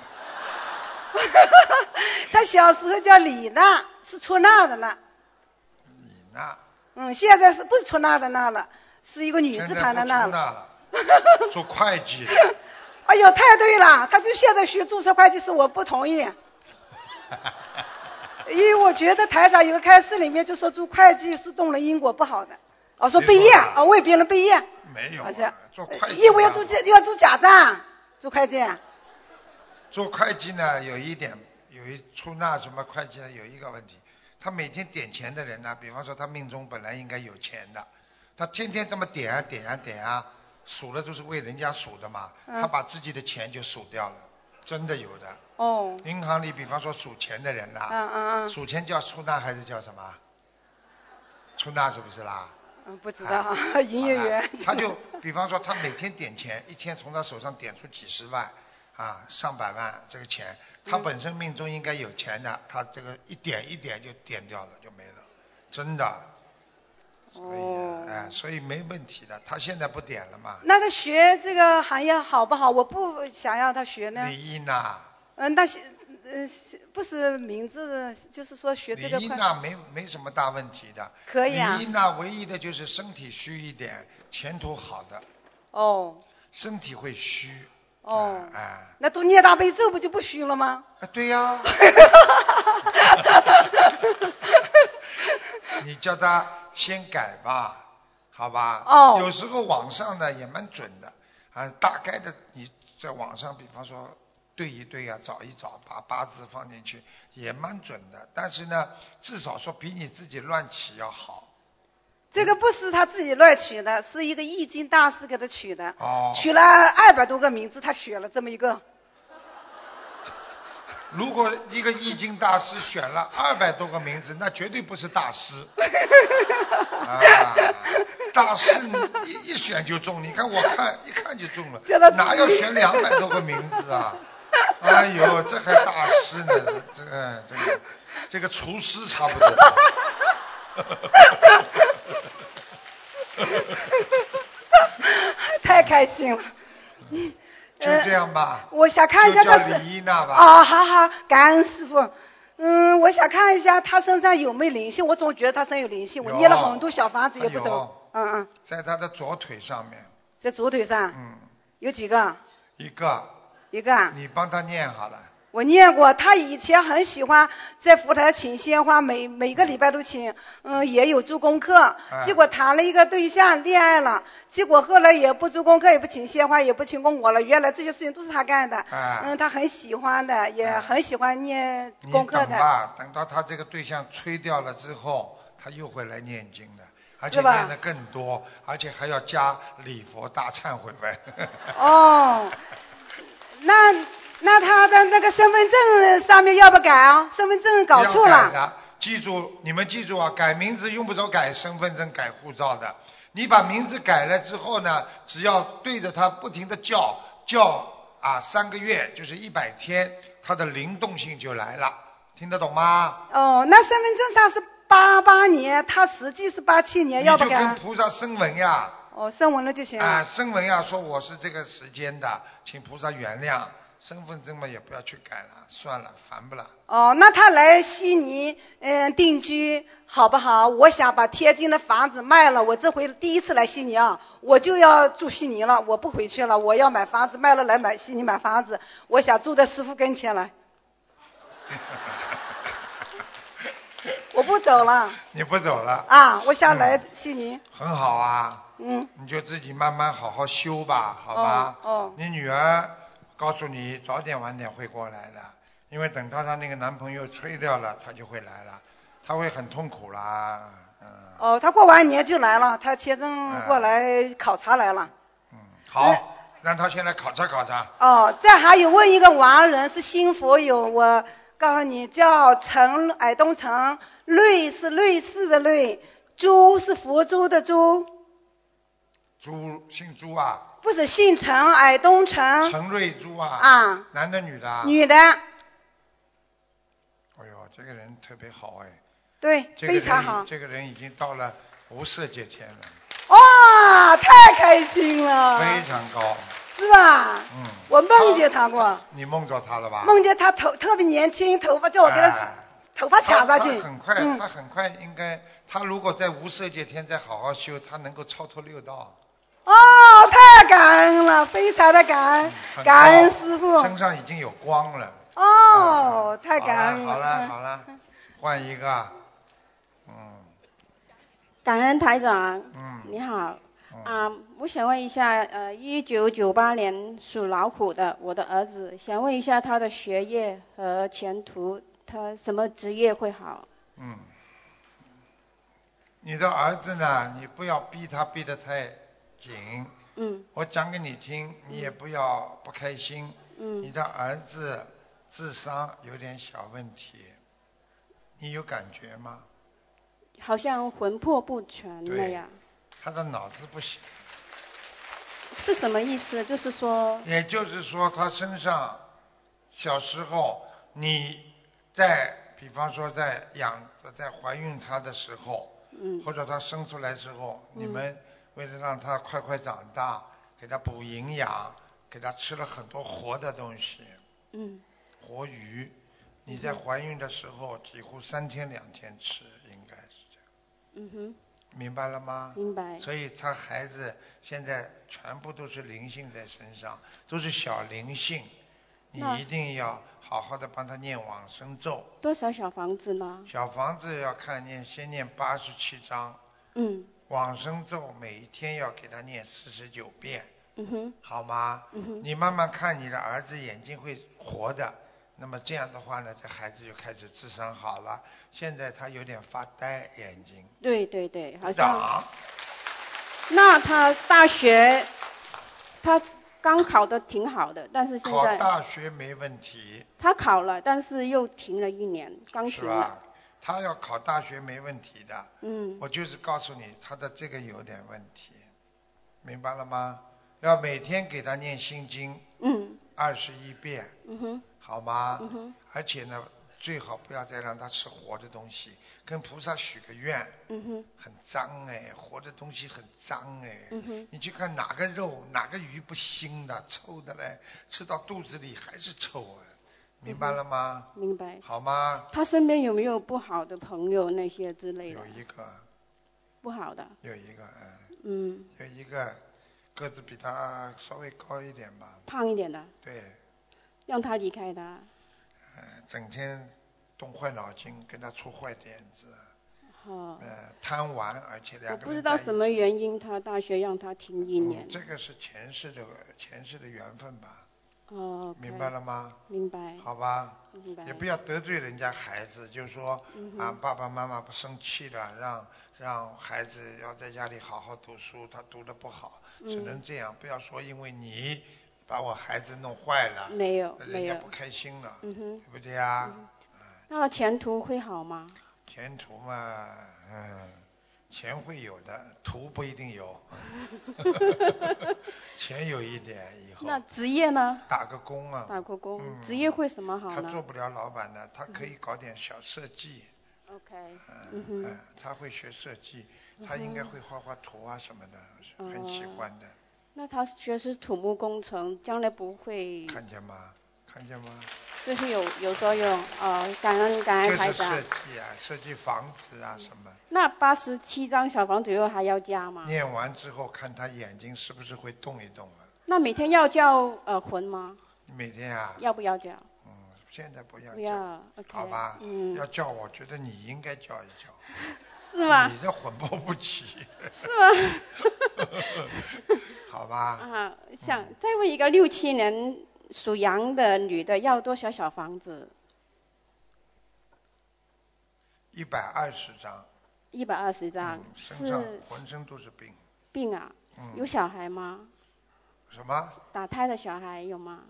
他小时候叫李娜，是出纳的娜，
李娜，
嗯，现在是不是出纳的娜了？是一个女
现
字
在
旁
不
的
出
娜
纳
了。 [laughs]
了，做会计了。
哎呦，太对了，他就现在学注册会计师，我不同
[laughs]
意。因为我觉得台长有个开示里面就说做会计是动了因果不好的，哦说背业
谁说的
啊为别人背业，
没有啊
好像
做会计啊
业务要
嘛
做假要做假账，做会计啊
做会计呢，有一点有一出纳什么会计呢，有一个问题，他每天点钱的人呢，比方说他命中本来应该有钱的，他天天这么点啊点啊点啊，数了都是为人家数的嘛，
嗯
他把自己的钱就数掉了，真的有的。
哦，
银行里比方说数钱的人呐、
嗯嗯嗯
数钱叫出纳还是叫什么？出纳是不是啦？
嗯，不知道啊，营业员
啊，哎他就比方说他每天点钱， [laughs] 一天从他手上点出几十万啊、上百万这个钱，
嗯
他本身命中应该有钱的，他这个一点一点就点掉了，就没了，真的。所以啊、
哦
哎，所以没问题的。他现在不点了嘛？
那他学这个行业好不好？我不想让他学呢。
李一娜，
嗯，那些嗯是不是名字，就是说学这
李
个
一
会
娜没没什么大问题的。
可以啊
李一。娜唯一的就是身体虚一点，前途好的，
哦
身体会虚。
哦
啊，哎
那读念大悲咒不就不虚了吗？
啊，对啊呀、你叫他先改吧，好吧？
哦
有时候网上呢也蛮准的啊，大概的你在网上，比方说对一对啊，找一找，把八字放进去也蛮准的。但是呢，至少说比你自己乱起要好。
[laughs] 这个不是他自己乱取的，是一个易经大师给他取的，
哦，
取了二百多个名字，他选了这么一个。
如果一个易经大师选了二百多个名字，那绝对不是大师。啊，大师你一一选就中，你看我看一看就中了
叫他，自己
哪要选两百多个名字
[laughs]
啊？哎呦，这还大师呢，这个这个这个厨师差
[laughs]
不多。
[laughs] 太开心了。嗯
就这样吧，
我呃想看一下
就叫
他是。
李一娜吧。
哦，好好，感恩师傅。嗯，我想看一下他身上有没有灵性，我总觉得他身上有灵性，我
有
捏了很多小房子也不
有
走。嗯嗯，
哎在他的左腿上面，
在左腿上
嗯，
有几个？
一个，
一个啊。
你帮他念好了。
我念过，他以前很喜欢在佛台请鲜花，每每个礼拜都请，嗯，也有做功课。
哎
结果谈了一个对象，恋爱了，结果后来也不做功课，也不请鲜花，也不请供我了。原来这些事情都是他干的，
哎
嗯，他很喜欢的，也
哎
很喜欢念
你
功
等
课的。
吧，等到他这个对象吹掉了之后，他又会来念经的，而且
是吧
念的更多，而且还要加礼佛大忏悔文。 [laughs]
哦，那那他的那个身份证上面要不改啊？身份证搞错
要改
了。
的。记住，你们记住啊，改名字用不着改身份证、改护照的。你把名字改了之后呢，只要对着它不停的叫叫啊，三个月就是一百天，它的灵动性就来了，听得懂吗？
哦，那身份证上是八八年，他实际是八七年，
你
要
就
不改
跟
啊。
菩萨声闻呀，
哦，声纹了就行
啊，
了。
声闻呀，说我是这个时间的，请菩萨原谅。身份证嘛也不要去改了，算了，烦不了。
哦，那他来悉尼嗯定居好不好？我想把天津的房子卖了，我这回第一次来悉尼啊，我就要住悉尼了，我不回去了，我要买房子，卖了来买悉尼买房子，我想住在师傅跟
[laughs]
前来，我不走了
你不走了，
啊，我想来悉尼，
很好啊，
嗯，
你就自己慢慢好好修吧，好吧？
哦哦
你女儿告诉你，早点晚点会过来的，因为等到她那个男朋友吹掉了，她就会来了，她会很痛苦啦。嗯。
哦，他过完年就来了，他签证
哎
过来考察来了。
嗯，好，让她先来考察考察。
哦，这还有问一个亡人是新佛友，我告诉你叫陈矮东陈，瑞是瑞士的瑞，珠是佛珠的珠，
朱姓朱啊，
不是姓陈，矮东陈
陈瑞珠啊，
啊，
男的女的啊？
女的，
哎呦，这个人特别好哎，
对，
这个人
非常
已
好。
这个人已经到了无色界天了，
哇，太开心了，
非常高。
是吧？
嗯，
我梦见他过，
你梦着他了吧？
梦见他头特别年轻，头发叫我给他、
哎
头发卡下去
他他。很快，
嗯
他很快应该，他如果在无色界天再好好修，他能够超脱六道。
哦，太感恩了，非常的感恩，
很
感恩
高嗯
师傅。
身上已经有光了。
哦，太
好
感恩
好了
了。
好了，换一个。嗯
感恩台长，啊
嗯
你好
嗯，
啊、我想问一下，呃，一九九八年属老虎的我的儿子，想问一下他的学业和前途，他什么职业会好？
嗯。你的儿子呢？你不要逼他逼得太紧。
嗯
我讲给你听，你
嗯
也不要不开心。你
嗯
的儿子智商有点小问题，你有感觉吗？
好像魂魄不全
对
那样，
他的脑子不行，
是什么意思？就是说，
也就是说他身上小时候你在，比方说在养在怀孕他的时候，
嗯
或者他生出来之后，
嗯
你们为了让他快快长大，给他补营养，给他吃了很多活的东西，
嗯
活鱼。你在怀孕的时候几乎三天两天吃，应该是这样，
嗯哼，
明白了吗？
明白。
所以他孩子现在全部都是灵性在身上，都是小灵性，你
那
一定要好好的帮他念往生咒。
多少小房子呢？
小房子要看念，先念八十七章，
嗯
往生咒每一天要给他念四十九遍，
嗯哼
好吗？
嗯哼，
你慢慢看你的儿子眼睛会活的，那么这样的话呢，这孩子就开始智商好了。现在他有点发呆，眼睛
对对对，好像。
长，
那他大学，他刚考的挺好的，但是现
考
在
大学没问题。
他考了，但是又停了一年，刚
是
停了
吧。？他要考大学没问题的，
嗯
我就是告诉你，他的这个有点问题，明白了吗？要每天给他念心经
嗯
二十一遍，
嗯哼
好吗？
嗯哼
而且呢，最好不要再让他吃活的东西，跟菩萨许个愿，
嗯哼
很脏哎，活的东西很脏哎。
嗯哼
你去看哪个肉哪个鱼不腥的，臭的嘞，吃到肚子里还是臭啊，明白了吗？
明白。
好吗？
他身边有没有不好的朋友那些之类的
有？一个，
不好的，
有一个，嗯。
嗯，
有一个个子比他稍微高一点吧，
胖一点的，
对，
让他离开他。
呃，整天动坏脑筋，跟他出坏点子，
哦，
呃，贪玩，而且两
我
个人
不知道
在一
什么
起
原因，他大学让他停一年
嗯。这个是前世的前世的缘分吧，
哦，OK，
明白了吗？
明白，
好吧，
明白。
也不要得罪人家孩子，就是说
嗯
啊，
哼，
爸爸妈妈不生气了，让让孩子要在家里好好读书，他读的不好，只能
嗯，
这样，不要说因为你把我孩子弄坏了，
没有，没
人家
有
不，开心了，
嗯哼。
对不对呀？
那前途会好吗？
前途嘛，嗯，钱会有的，图不一定有。钱有一点以
[laughs]
后
那职业呢？
打个工啊，
打啊过工，
嗯
职业会什么好
他做
呢
不了老板的，他
嗯
可以搞点小设计，
？OK，嗯
嗯
哼嗯
嗯，他会学设计，他应该会画画图啊什么的，很喜欢的，
那他学是土木工程，将来不会
看见吗？看见吗？
就是有有作用哦。感恩感
这
恩台
是设
长。
计啊，设计房子啊什么。
那八十七张小房子以后还要加吗？
念完之后看他眼睛是不是会动一动了。
那每天要叫呃魂吗？
你每天啊，
要不要叫？
嗯，现在不要
不
叫
要，OK。
好吧
[laughs] 嗯
要，叫我觉得你应该叫一叫，
[laughs] 是吗？
你的魂魄不齐，
[laughs] 是吗？
[laughs] 啊好吧？
啊，想再问一个六七年属羊的女的要多少小房子？
一百二十张，
一百二十张
嗯，，身上
是
浑身都是病，
病啊？有
嗯，
小孩吗？
什么？
打胎的小孩有吗？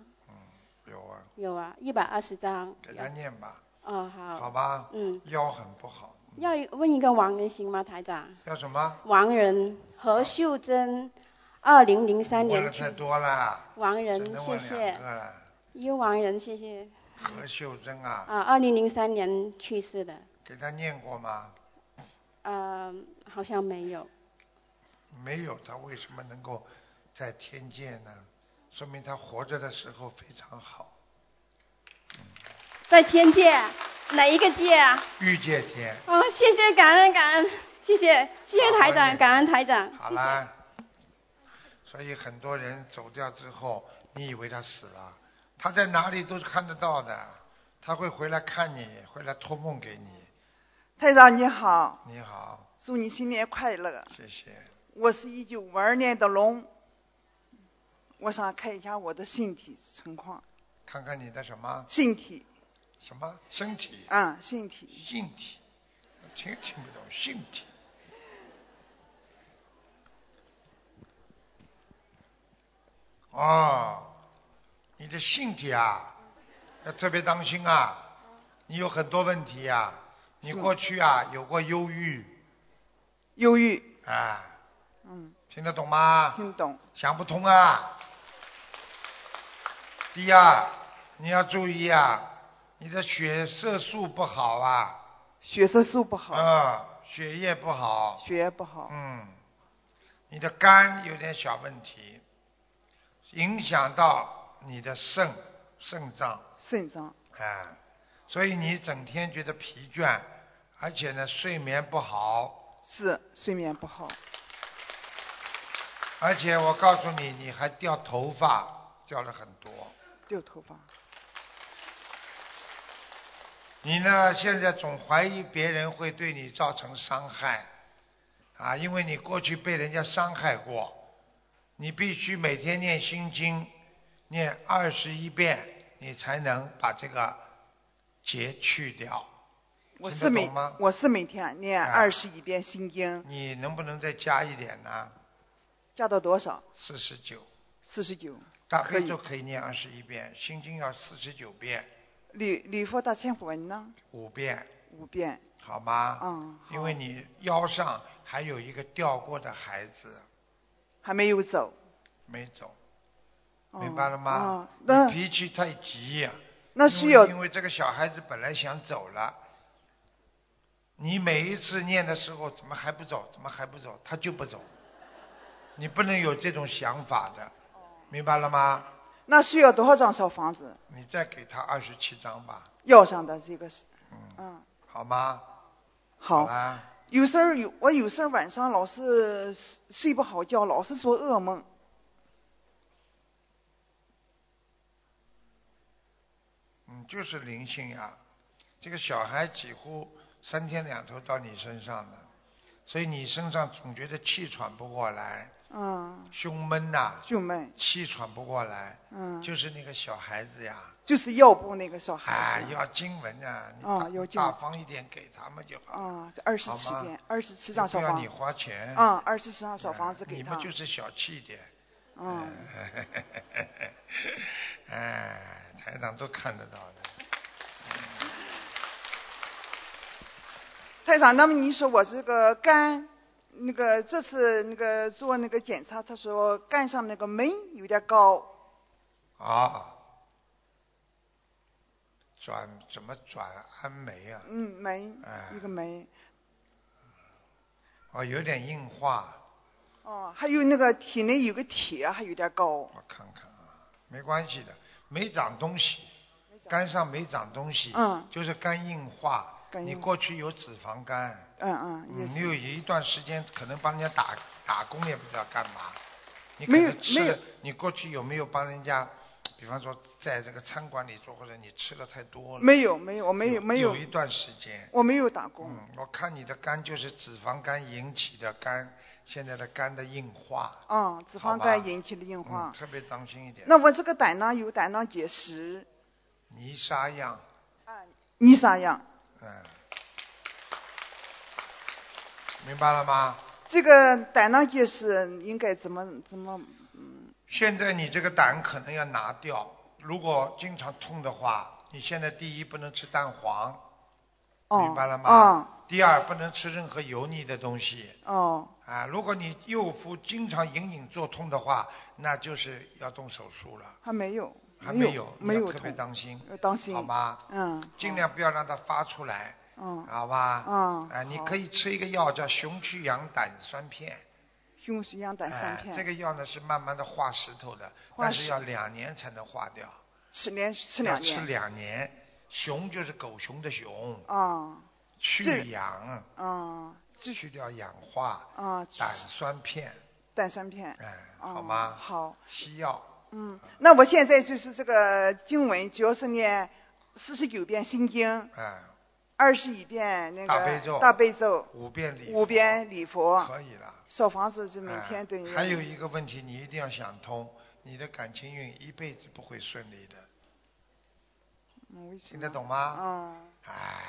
有啊，
有啊，一百二十张。
给他念吧，
哦，好。
好吧？
嗯，
腰很不好，
要问一个亡人行吗，台长？
要什么？
亡人何秀珍，二零零三
问了
年
太多了，
王
只
仁，
能
谢
问两
谢
个了。
一王仁，谢谢
何秀珍啊，
啊，二零零三年去世的，
给他念过吗？
呃，好像没有，
没有，他为什么能够在天界呢？说明他活着的时候非常好，
在天界哪一个界啊？
遇见天。
啊、
哦
谢谢感恩感恩，谢谢谢谢台长，感恩台长。
好啦，
[laughs]
所以很多人走掉之后，你以为他死了，他在哪里都是看得到的，他会回来看你，回来托梦给你。
台长你好，
你好，
祝你新年快乐。
谢谢。
我是一九五二年的龙，我想看一下我的身体情况。
看看你的什么
身体，
什么身体，
啊，身体，
性体，我听听不懂性体。哦，你的性体啊，要特别当心啊，你有很多问题啊，你
是
过去啊有过忧郁
忧郁，
啊，
嗯，
听得懂吗？
听懂，
想不通啊。第二，你要注意啊，你的血色素不好啊，
血色素不好，
啊，血液不好，
血液不好，
嗯，你的肝有点小问题，影响到你的肾肾脏，
肾脏，
啊，所以你整天觉得疲倦，而且呢睡眠不好，
是睡眠不好，
而且我告诉你，你还掉头发，掉了很多。
掉头发，
你呢，现在总怀疑别人会对你造成伤害，啊，因为你过去被人家伤害过，你必须每天念心经，念二十一遍，你才能把这个结去掉。
我
听
是
得
每
懂吗
我是每天念
啊
二十一遍心经，
你能不能再加一点呢？
加到多少？
四十九，
四十九。
大
可以
悲咒可以念二十一遍，心经要四十九遍，
礼礼佛大忏悔文呢？
五遍，
五遍，
好吗？
嗯，好
因为你腰上还有一个掉过的孩子
还没有走，
没走。
哦
明白了吗
哦？那
你脾气太急呀、
那
因
需
为
要
因为这个小孩子本来想走了，你每一次念的时候，怎么还不走？怎么还不走？他就不走，你不能有这种想法的，明白了吗？
那需要多少张小房子？
你再给他二十七张吧，
要上的这个是，
嗯，
嗯，
好吗？
好。
啦，
有时候有我有时候晚上老是睡睡不好觉，老是做噩梦。
嗯，就是灵性呀、这个小孩几乎三天两头到你身上的，所以你身上总觉得气喘不过来，
嗯，
胸闷呐、
就闷。
气喘不过来，
嗯，
就是那个小孩子呀，
就是腰部那个小
哎
孩，子。
要经文啊，你
哦
大
要经
大
文
方一点给他们就好，
啊，二十七
好吗
遍，二十七
又
张小
不要
房
你。花钱，
啊，二十七张小房子
哎
给
你
他
们。就是小气一点，
嗯，
[laughs] 哎，台长都看得到的，
台长，那么你说我这个肝，那个这次那个做那个检查，他说肝上那个镁有点高，
啊，转怎么转氨酶啊？
嗯，镁
哎
一个镁，
哦，有点硬化，
哦，还有那个体内有个铁啊还有点高，
我看看啊，没关系的，没长东西，肝上没长东西，
嗯
就是肝硬化，
肝硬
你
化
过去有脂肪肝。
嗯嗯，也
你
是
有一段时间可能帮人家打打工，也不知道干嘛。你可
没有
能吃
没有
了你过去有没有帮人家？比方说，在这个餐馆里做，或者你吃的太多了。
没有没有我没有
有
没有
一段时间，
我没有打工，
嗯，我看你的肝就是脂肪肝引起的肝，现在的肝的硬化，
啊，脂
好
肪
吧
肝引起的硬
嗯，
化。
特别当心一点。
那我这个胆囊有胆囊结石，
泥沙样，
你啥样？
嗯，明白了吗？
这个胆囊结石应该怎么怎么？
现在你这个胆可能要拿掉，如果经常痛的话，你现在第一不能吃蛋黄，
哦，
明白了吗？
哦
啊，
第二不能吃任何油腻的东西。
哦，
啊，如果你右腹经常隐隐作痛的话，那就是要动手术了，
还没有，
还
没
有，你
没
要
有
特别
痛，
当心，
要当心
好吗？
嗯，
尽量不要让它发出来，
嗯，
好吧？
嗯
啊，你
好
可以吃一个药叫熊曲羊胆酸片，
用是羊胆
哎
散片，
这个药呢是慢慢的化石头的，
化
但
石
是要两年才能化掉，
吃连续吃
要
两
吃
年，
两年。熊就是狗熊的熊，
啊
去
这
氧，
啊
去掉氧化，
啊，
胆酸片，
胆散片，
哎，
哦
好吗？
好，
西药，
嗯，那我现在就是这个经文，主要是念四十九遍心经，
哎，
二十一遍那个
大悲咒
大悲咒，
五遍里
五遍礼佛，
可以了。
小房子是每
哎
天等于
还有一个问题，你一定要想通，你的感情运一辈子不会顺利的，
嗯为什
听
么
得懂吗？
嗯，
哎，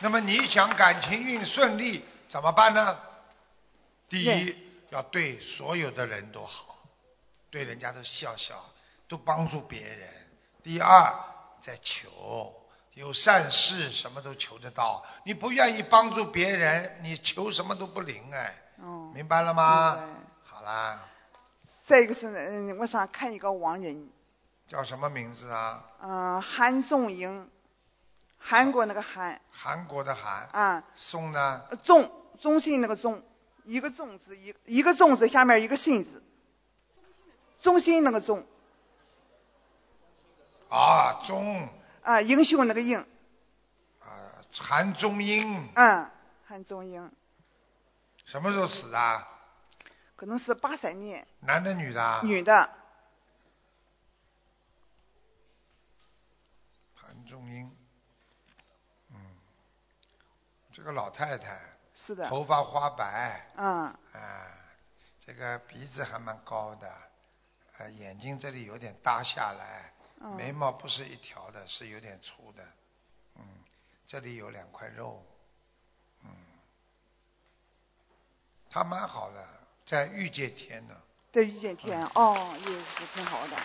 那么你想感情运顺利怎么办呢？第一，要对所有的人都好，对人家都笑笑，都帮助别人。第二，在求，有善事什么都求得到。你不愿意帮助别人，你求什么都不灵哎，
哦，
明白了
明
吗？
白
好啦，
再一个是，嗯，我想看一个亡人，
叫什么名字啊？
嗯、韩仲英，韩国那个韩，
韩国的韩，
啊、
宋呢？
呃仲中信那个仲，一个仲字，一一个仲字下面一个信字，中心那个仲，
啊，钟
啊、英雄那个英，
啊韩中英。
嗯，韩仲英，
什么时候死的？
可能是八三年，
男的女的啊？
女的，
韩仲英，嗯，这个老太太
是的，
头发花白，
嗯，
啊，这个鼻子还蛮高的，呃，眼睛这里有点耷下来，
嗯
眉毛不是一条的，是有点粗的，嗯，这里有两块肉，嗯，她蛮好的，在御界天呢，
在遇见天，哦，也是挺好的，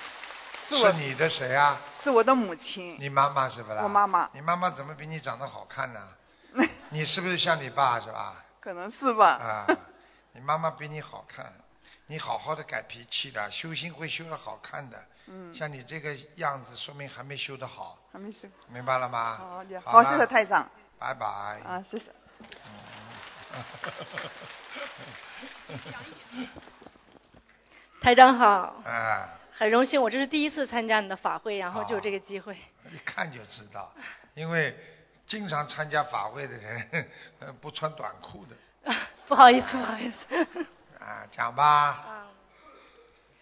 是我
是你的谁啊？
是我的母亲，
你妈妈是不啦？
我妈妈，
你妈妈怎么比你长得好看
[laughs]
呢？你是不是像你爸是吧？
可能是吧，
啊，你妈妈比你好看，你好好的改脾气的，修心会修的好看的。
嗯，
像你这个样子，说明还没修得好，
还没事，
明白了吗？
好的，
啊好
好，
了
谢谢台长，
拜拜。
啊，谢谢。
[laughs] 台长好，
哎，
很荣幸，我这是第一次参加你的法会，然后就有这个机会。
[laughs] 一看就知道，因为经常参加法会的人 [laughs] 呃不穿短裤的。
不好意思，不好意思。 [laughs]
啊，讲吧。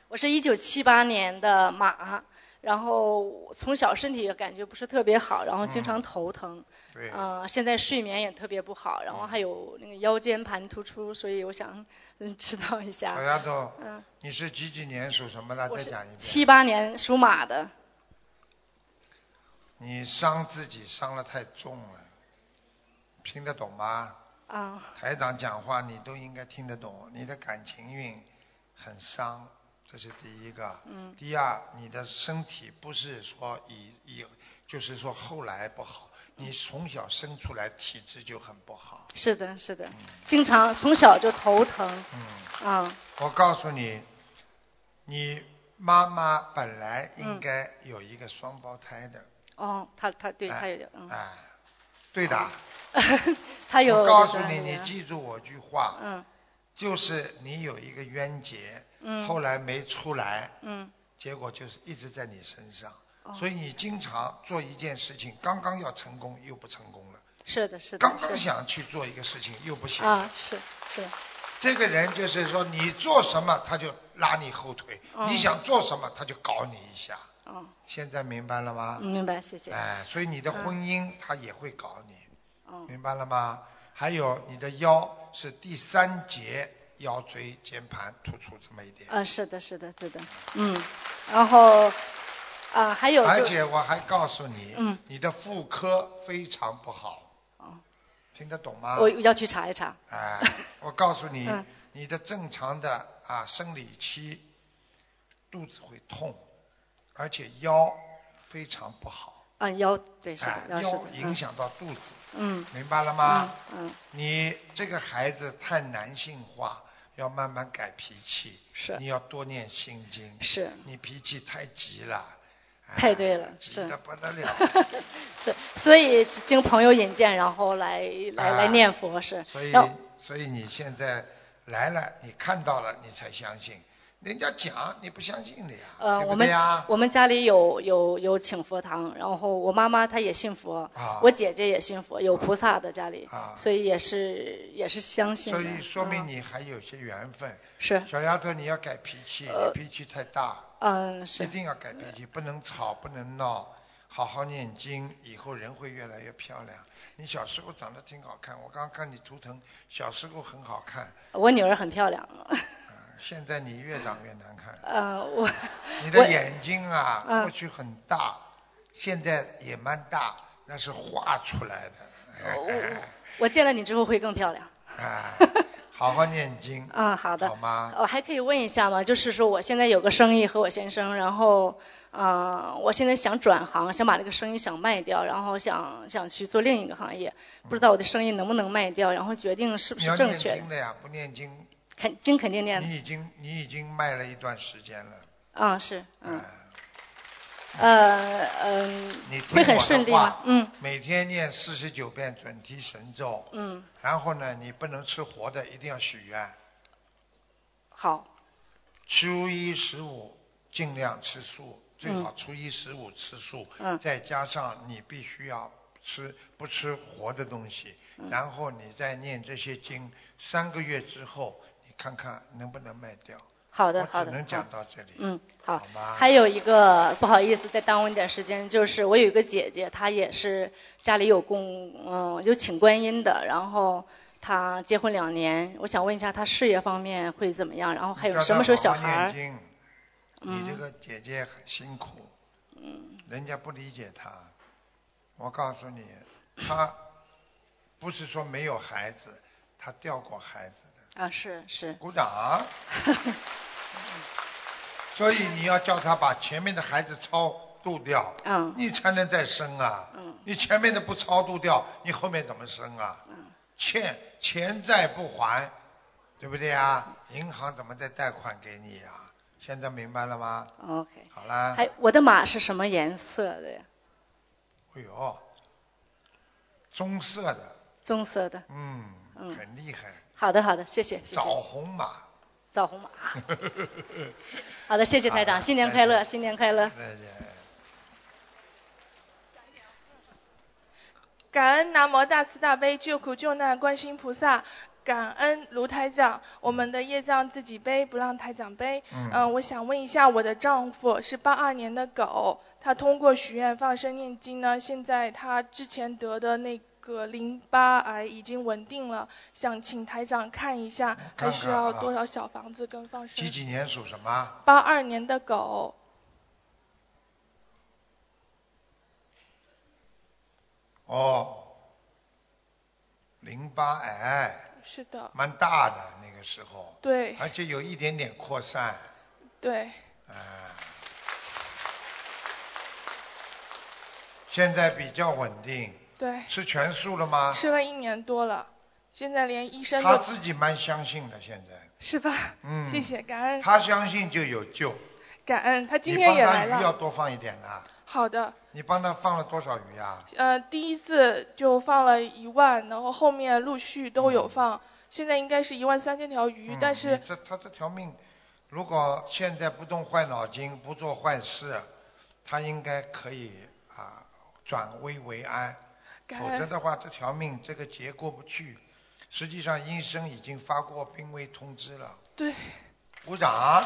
我是一九七八年的马，然后从小身体感觉不是特别好，然后经常头疼，
对，
嗯、现在睡眠也特别不好，然后还有那个腰间盘突出，所以我想嗯知道一
小
下。
丫头，
嗯，
你是几几年属什么的？
我
再
是
讲一遍。
七八年属马的，
你伤自己伤的太重了，听得懂吗？
啊、
台长讲话你都应该听得懂，你的感情运很伤，这是第一个。
嗯
第二，你的身体不是说以以，就是说后来不好，你从小生出来体质就很不好。
是的，是的，经常从小就头疼，
嗯，
啊、
我告诉你，你妈妈本来
嗯
应该有一个双胞胎的，
哦，他他对
哎
他有点，嗯，
哎，对的。
他有。
我告诉
有
你，
点
你
那个
记住我句话，
嗯
就是你有一个冤结，
嗯
后来没出来，
嗯
结果就是一直在你身上，
哦
所以你经常做一件事情，刚刚要成功又不成功了，
是的是的，
刚
是
刚
的
想去做一个事情又不行。
啊是是
这个人就是说，你做什么他就拉你后腿，
哦
你想做什么他就搞你一下。
嗯
哦，
现在明白了吗？
明白谢谢，
哎，所以你的
嗯
婚姻他也会搞你。
哦
明白了吗？还有你的腰是第三节腰椎间盘突出这么一点，
啊是的是的是的，嗯，然后啊还有
而
就
且我还告诉你，
嗯
你的妇科非常不好，
哦
听得懂吗？
我要去查一查，
哎，我告诉你，
[laughs] 嗯
你的正常的啊生理期肚子会痛，而且腰非常不好，
啊腰对是的
哎，
腰是
腰
的，
影响到肚子，
嗯
明白了吗？
嗯，
你这个孩子太男性化，要慢慢改脾气，
是，
你要多念心经，
是，
你脾气太急了，
太对了，是
不哎得了，
[laughs] 是，所以经朋友引荐，然后来来、
啊
来念佛是，
所以
然后
所以你现在来了，你看到了，你才相信，人家讲你不相信的呀，
呃，
对
我
不
们
对啊呀？
我们家里有有有请佛堂，然后我妈妈她也信佛，
啊
我姐姐也信佛，有菩萨的家里，
啊
所以也是也是相信的。嗯
所以说明你还有些缘分。
是。
小丫头，你要改脾气，
呃
你脾气太大。
嗯，是。
一定要改脾气，不能吵，不能闹，好好念经，以后人会越来越漂亮。你小时候长得挺好看，我刚看你图腾，小时候很好看，
我女儿很漂亮，
现在你越长越难看。
呃，我
你
我
的眼睛啊，
嗯
过去很大，现在也蛮大，那是画出来
哦
[laughs] 的。
我见了你之后会更漂亮。
啊，
[laughs]
好好念经。
嗯好的
好吗？
我还可以问一下吗？就是说我现在有个生意和我先生，然后，嗯、我现在想转行，想把这个生意想卖掉，然后想想去做另一个行业，不知道我的生意能不能卖掉，然后决定是不
你
是
要
正
念
确的
经。的呀，不念经，
肯经肯定念的
你已经你已经卖了一段时间了。
嗯，是，嗯，呃，嗯、
哎你听
会很
我
顺
的
利
话
吗？嗯
每天念四十九遍准提神咒，
嗯，
然后呢，你不能吃活的，一定要许愿。
好。
初一十五尽量吃素，最好初一十五吃素。
嗯
再加上你必须要吃不吃活的东西，
嗯
然后你再念这些经，三个月之后你看看能不能卖掉。
好的
我
好的
只能
好
讲到这里。
嗯，好。
吗
还有一个不好意思，再耽误你点时间，就是我有一个姐姐，她也是家里有供，嗯，有请观音的，然后她结婚两年，我想问一下她事业方面会怎么样，然后还有
叫
什
他
么时候
好
小
好
孩儿
念？经
嗯
你这个姐姐很辛苦，
嗯
人家不理解她。我告诉你，她不是说没有孩子，她掉过孩子的。
啊，是是。
鼓
[laughs]
掌。所以你要叫她把前面的孩子超度掉，
嗯
你才能再生啊。
嗯
你前面的不超度掉，你后面怎么生啊？欠钱债不还，对不对啊？银行怎么再贷款给你啊？现在明白了吗？
，OK。
好啦。
还我的马是什么颜色的呀？
哎呦，棕色的，
棕色的。
嗯，
嗯
很厉害，
好的好的，谢谢谢谢。
枣红马。
枣红马。好的，谢谢台长，新年快乐，新年快乐。
再见。
感恩南无大慈大悲救苦救难观世音菩萨，感恩卢台长，我们的业障自己背，不让台长背。呃
嗯
我想问一下，我的丈夫是八二年的狗，他通过许愿放生念经呢，现在他之前得的那个淋巴癌已经稳定了，想请台长看一下，
看看
还需要
啊
多少小房子跟放生
几？几年属什么？
八二年的狗，
哦，淋巴癌，
是的，
蛮大的那个时候，
对
而且有一点点扩散，
对，
啊。现在比较稳定，
对，
吃全素了吗？
吃了一年多了，现在连医生
啊他
都
自己蛮相信的，现在，
是吧？
嗯，
谢谢，感恩，
他相信就有救。
感恩，他今
你
天
帮
也
他
来
鱼要
了。
多放一点啊！
好的，
你帮他放了多少鱼啊？
呃，第一次就放了一万，然后后面陆续都有放，现在应该是一万三千条鱼，
嗯
但是
你这他这条命，如果现在不动坏脑筋，不做坏事，他应该可以啊转危为安，
感
否
恩
则的话这条命这个劫过不去。实际上医生已经发过病危通知了，
对
鼓掌。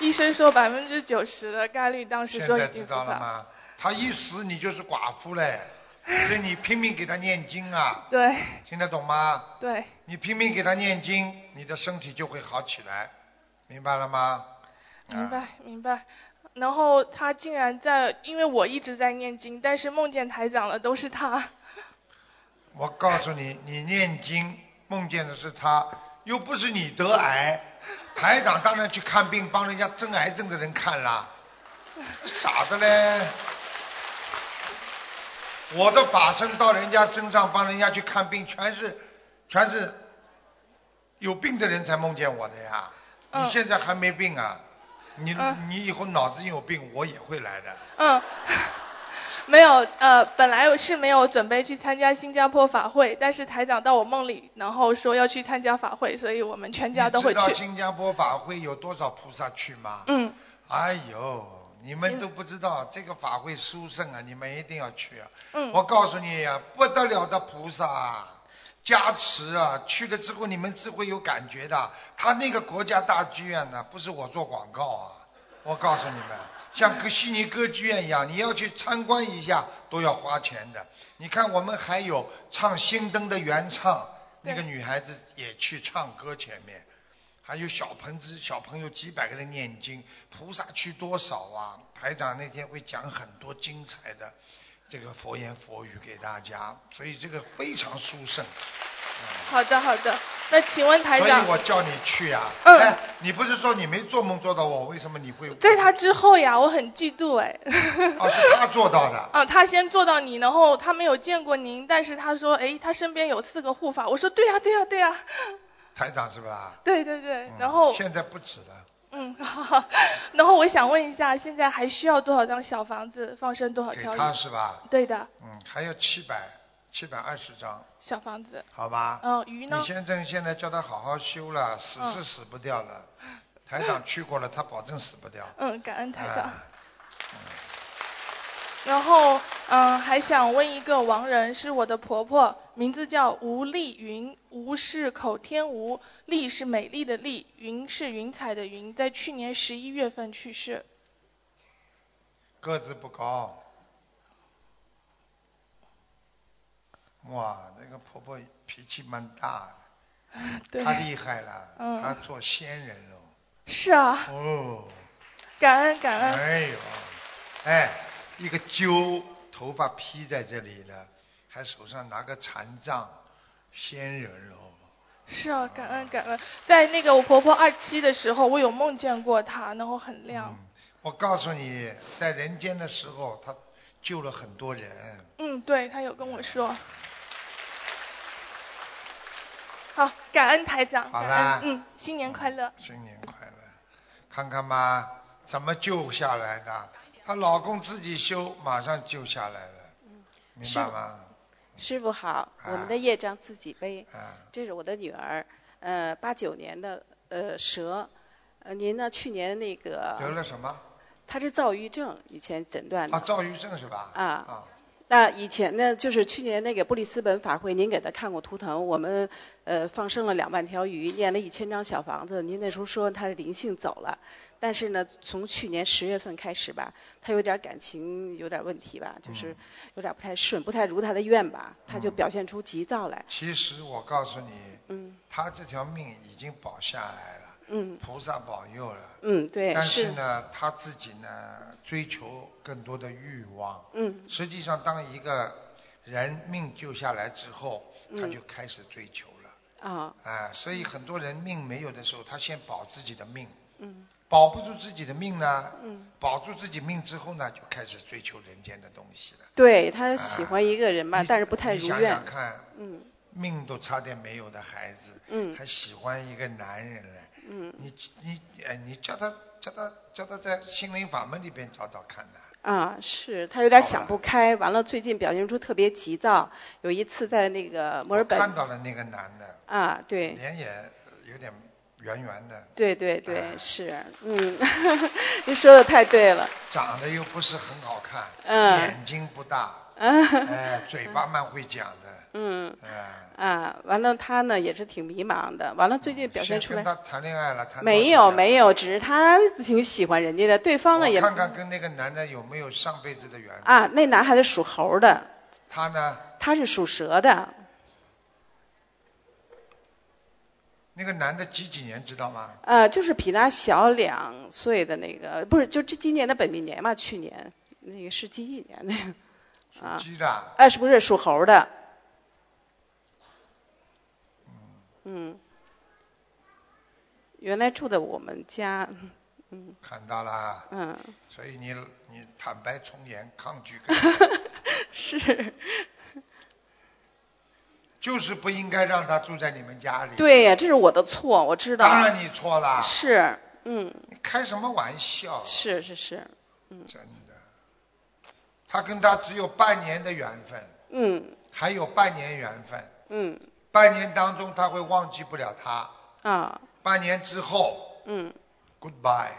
医生说百分之九十的概率，当时
现
说
在
已
知
经
道了吗？他一死你就是寡
[laughs]
妇嘞，所以你拼命给他念经啊，
对
听得懂吗？
对，
你拼命给他念经，你的身体就会好起来，明白了吗？啊
明白明白。然后他竟然在，因为我一直在念经，但是梦见台长了，都是他。
我告诉你，你念经梦见的是他，又不是你得癌。台长当然去看病，帮人家争癌症的人看啦。傻的嘞！我的法身到人家身上帮人家去看病，全是全是有病的人才梦见我的呀。你
嗯
现在还没病啊？你、
嗯
你以后脑子有病，我也会来的。
嗯，没有，呃，本来我是没有准备去参加新加坡法会，但是台长到我梦里，然后说要去参加法会，所以我们全家都
你知
会
道
去。
新加坡法会有多少菩萨去吗？
嗯。
哎呦，你们都不知道这个法会殊胜啊，你们一定要去啊！
嗯
我告诉你啊，不得了的菩萨啊加持啊，去了之后你们是会有感觉的。他那个国家大剧院呢、不是我做广告啊，我告诉你们，像个悉尼歌剧院一样，你要去参观一下都要花钱的。你看我们还有唱《星灯》的原唱，那个女孩子也去唱歌前面。还有小盆子，小朋友几百个人念经，菩萨去多少啊？排长那天会讲很多精彩的这个佛言佛语给大家，所以这个非常殊胜。
好的，好的。那请问台
所以
长，
我叫你去啊。
嗯
哎，你不是说你没做梦做到我，为什么
[laughs]
你会？
在他之后呀，我很嫉妒哎。 [laughs]
哦，是他做到的。
啊，他先做到你，然后他没有见过您，但是他说，哎，他身边有四个护法。我说，对呀、对呀、对呀、
台长是吧？
对对对。然
嗯
后，
现在不止了，
嗯， [laughs] 哈哈。然后我想问一下，现在还需要多少张小房子放生多少
给
条
他
鱼？
是吧？
对的，
嗯，还有七百七百二十张，
小房子。
好吧？
嗯、鱼呢嗯
你？先生现在叫他好好修了，死是死不掉了。台长去过了，他保证死不掉。
嗯，感恩台长。
啊
然后，嗯，还想问一个亡人，是我的婆婆，名字叫吴丽云，吴是口天吴，丽是美丽的丽，云是云彩的云，在去年十一月份去世。
个子不高。哇，那个婆婆脾气蛮大的，
对
她厉害了，
嗯
她做仙人了。
是啊，
哦，
感恩感恩。
哎呦，哎，一个揪，头发披在这里了，还手上拿个禅杖，仙人喽。
是啊，感恩感恩。在那个我婆婆二期的时候，我有梦见过她，然后很亮。
我告诉你，在人间的时候，她救了很多人。
嗯，对，她有跟我说。好，感恩台长，
好
感
啦
恩，嗯，新年快乐。
新年快乐，看看吧，怎么救下来的？她老公自己修，马上救下来了，
嗯
明白吗？
师傅好，我们的
啊
业障自己背。这是我的女儿，呃，八九年的呃蛇，呃，您呢去年那个
得了什么？
她是躁郁症，以前诊断的。
啊，躁郁症是吧？
啊。那以前呢，就是去年那个布里斯本法会，您给他看过图腾，我们呃放生了两万条鱼，念了一千张小房子。您那时候说他的灵性走了，但是呢，从去年十月份开始吧，他有点感情有点问题吧，
嗯
就是有点不太顺，不太如他的愿吧，他就表现出急躁来。
其实我告诉你，他这条命已经保下来了，
嗯
菩萨保佑了。
嗯，对，
但
是
是呢，他自己呢追求更多的欲望。
嗯。
实际上，当一个人命救下来之后，
嗯
他就开始追求了。
啊，
啊，所以很多人命没有的时候，他先保自己的命，
嗯
保不住自己的命呢，
嗯，
保住自己命之后呢，就开始追求人间的东西了。
对他喜欢一个人吧，但是不太
啊你
如
想
愿
想。看，
嗯
命都差点没有的孩子，
嗯
还喜欢一个男人嘞，
嗯
你你哎，你叫他叫他叫他在心灵法门里边找找看呐、
啊，是他有点想不开，完了最近表现出特别急躁。有一次在那个墨尔本
看到了那个男的，
啊，对
脸也呃有点圆圆的，
对对对，
哎
是，嗯， [laughs] 您说的太对了，
长得又不是很好看，
嗯
眼睛不大，
嗯
哎，嘴巴蛮会讲的，
嗯
哎，
啊，完了他呢也是挺迷茫的，完了最近表现
哦先
出来
跟他谈恋爱了，谈多
没
久
有
了
没有，只是他挺喜欢人家的，对方呢也
我看看跟那个男的有没有上辈子的缘分，
啊，那男孩子属猴的，
他呢，
他是属蛇的，
那个男的几几年知道吗？
呃，就是比他小两岁的那个，不是就这今年的本命年嘛，去年那个是几几年的呀？啊，
鸡的啊，
哎，是不是属猴的？嗯嗯，原来住在我们家，嗯
看到啦，
嗯，
所以你你坦白从严，抗拒
[laughs] 是，
就是不应该让他住在你们家里。
对呀，这是我的错，我知道。
当然你错了。
是，嗯，
开什么玩笑？啊
是是是，嗯
真的，他跟他只有半年的缘分，
嗯
还有半年缘分，
嗯
半年当中他会忘记不了他，
啊，
半年之后
嗯， [laughs]
goodbye，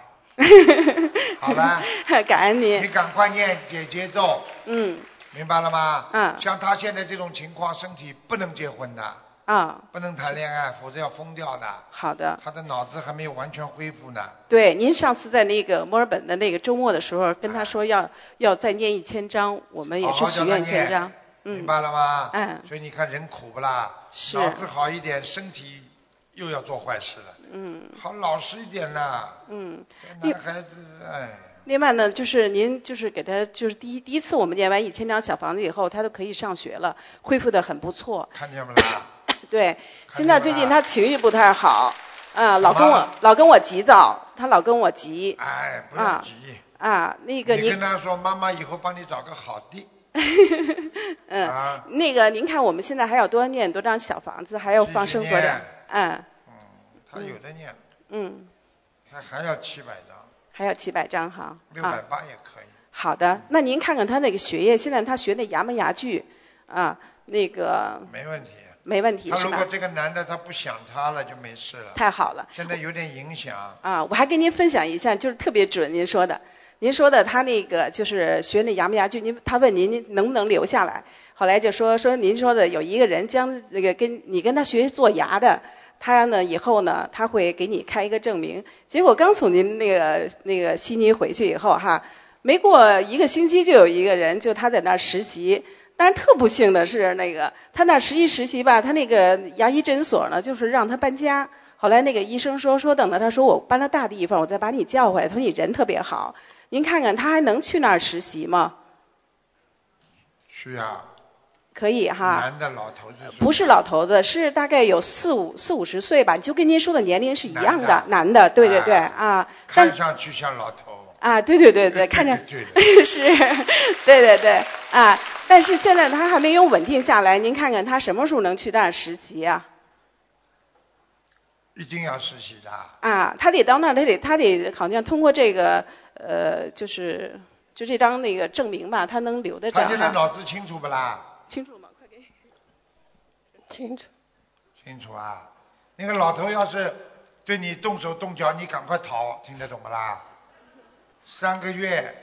好吧？
感恩你。
你赶快念解节奏，
嗯
明白了吗？
嗯
像他现在这种情况，身体不能结婚的，
啊，
不能谈恋爱，否则要疯掉的。
好的。
他的脑子还没有完全恢复呢，
对，您上次在那个墨尔本的那个周末的时候，跟他说要要再念一千章，我们也
好
是
好
许
叫他
愿一千
念
章。
明白了吗？
嗯
所以你看人苦不啦？
是
脑子好一点，身体又要做坏事了。
嗯
好，老实一点啦。
嗯。
男孩子，哎，
另外呢，就是您就是给他就是第一第一次我们念完一千张小房子以后，他都可以上学了，恢复的很不错。
看见没啦？
啊对，现在最近他情绪不太好，啊，老跟
怎
我
么
老跟我急躁，他老跟我急。
哎，不要
啊
急。
啊，那个
你
您
跟他说，妈妈以后帮你找个好的。
[laughs] 嗯，
啊
那个您看我们现在还要多念多张小房子，还要放生多
继
张
续念，
嗯
他有的念，
嗯，啊
他还要七百张，
还要七百张哈。
六百
啊，
八也可以。
好的，那您看看他那个学业，现在他学那牙门牙句啊，那个
没问题。
没问题
他
是
如果
吧？
这个男的他不想他了，就没事了。
太好了。
现在有点影响，
啊，我还跟您分享一下，就是特别准您说的。您说的他那个啊就是学那牙不牙剧，您他问您您能不能留下来，后来就说说您说的有一个人将那个跟你跟他学做牙的，他呢以后呢他会给你开一个证明。结果刚从您那个那个悉尼回去以后哈，没过一个星期就有一个人就他在那儿实习，但是特不幸的是那个他那儿实习实习吧，他那个牙医诊所呢就是让他搬家。后来那个医生说说等到他说我搬到大地方，我再把你叫回来。他说你人特别好，您看看他还能去那儿实习吗？
去啊，
可以哈，
男的老头子
呃不是老头子，是大概有四五四五十岁吧，就跟您说的年龄是一样的，男的，对对对啊，
看上去像老头，
啊，对对
[laughs]
对对，看着 [laughs] 是，对对对啊，但是现在他还没有稳定下来，您看看他什么时候能去那儿实习啊？
一定要实习的。
啊，他得到那儿，他得他得好像通过这个呃，就是就这张那个证明吧，他能留得着
他现在
哈。
脑子清楚不啦？
清楚吗？快给。
清楚。清楚啊，那个老头要是对你动手动脚，你赶快逃，听得懂不啦？三个月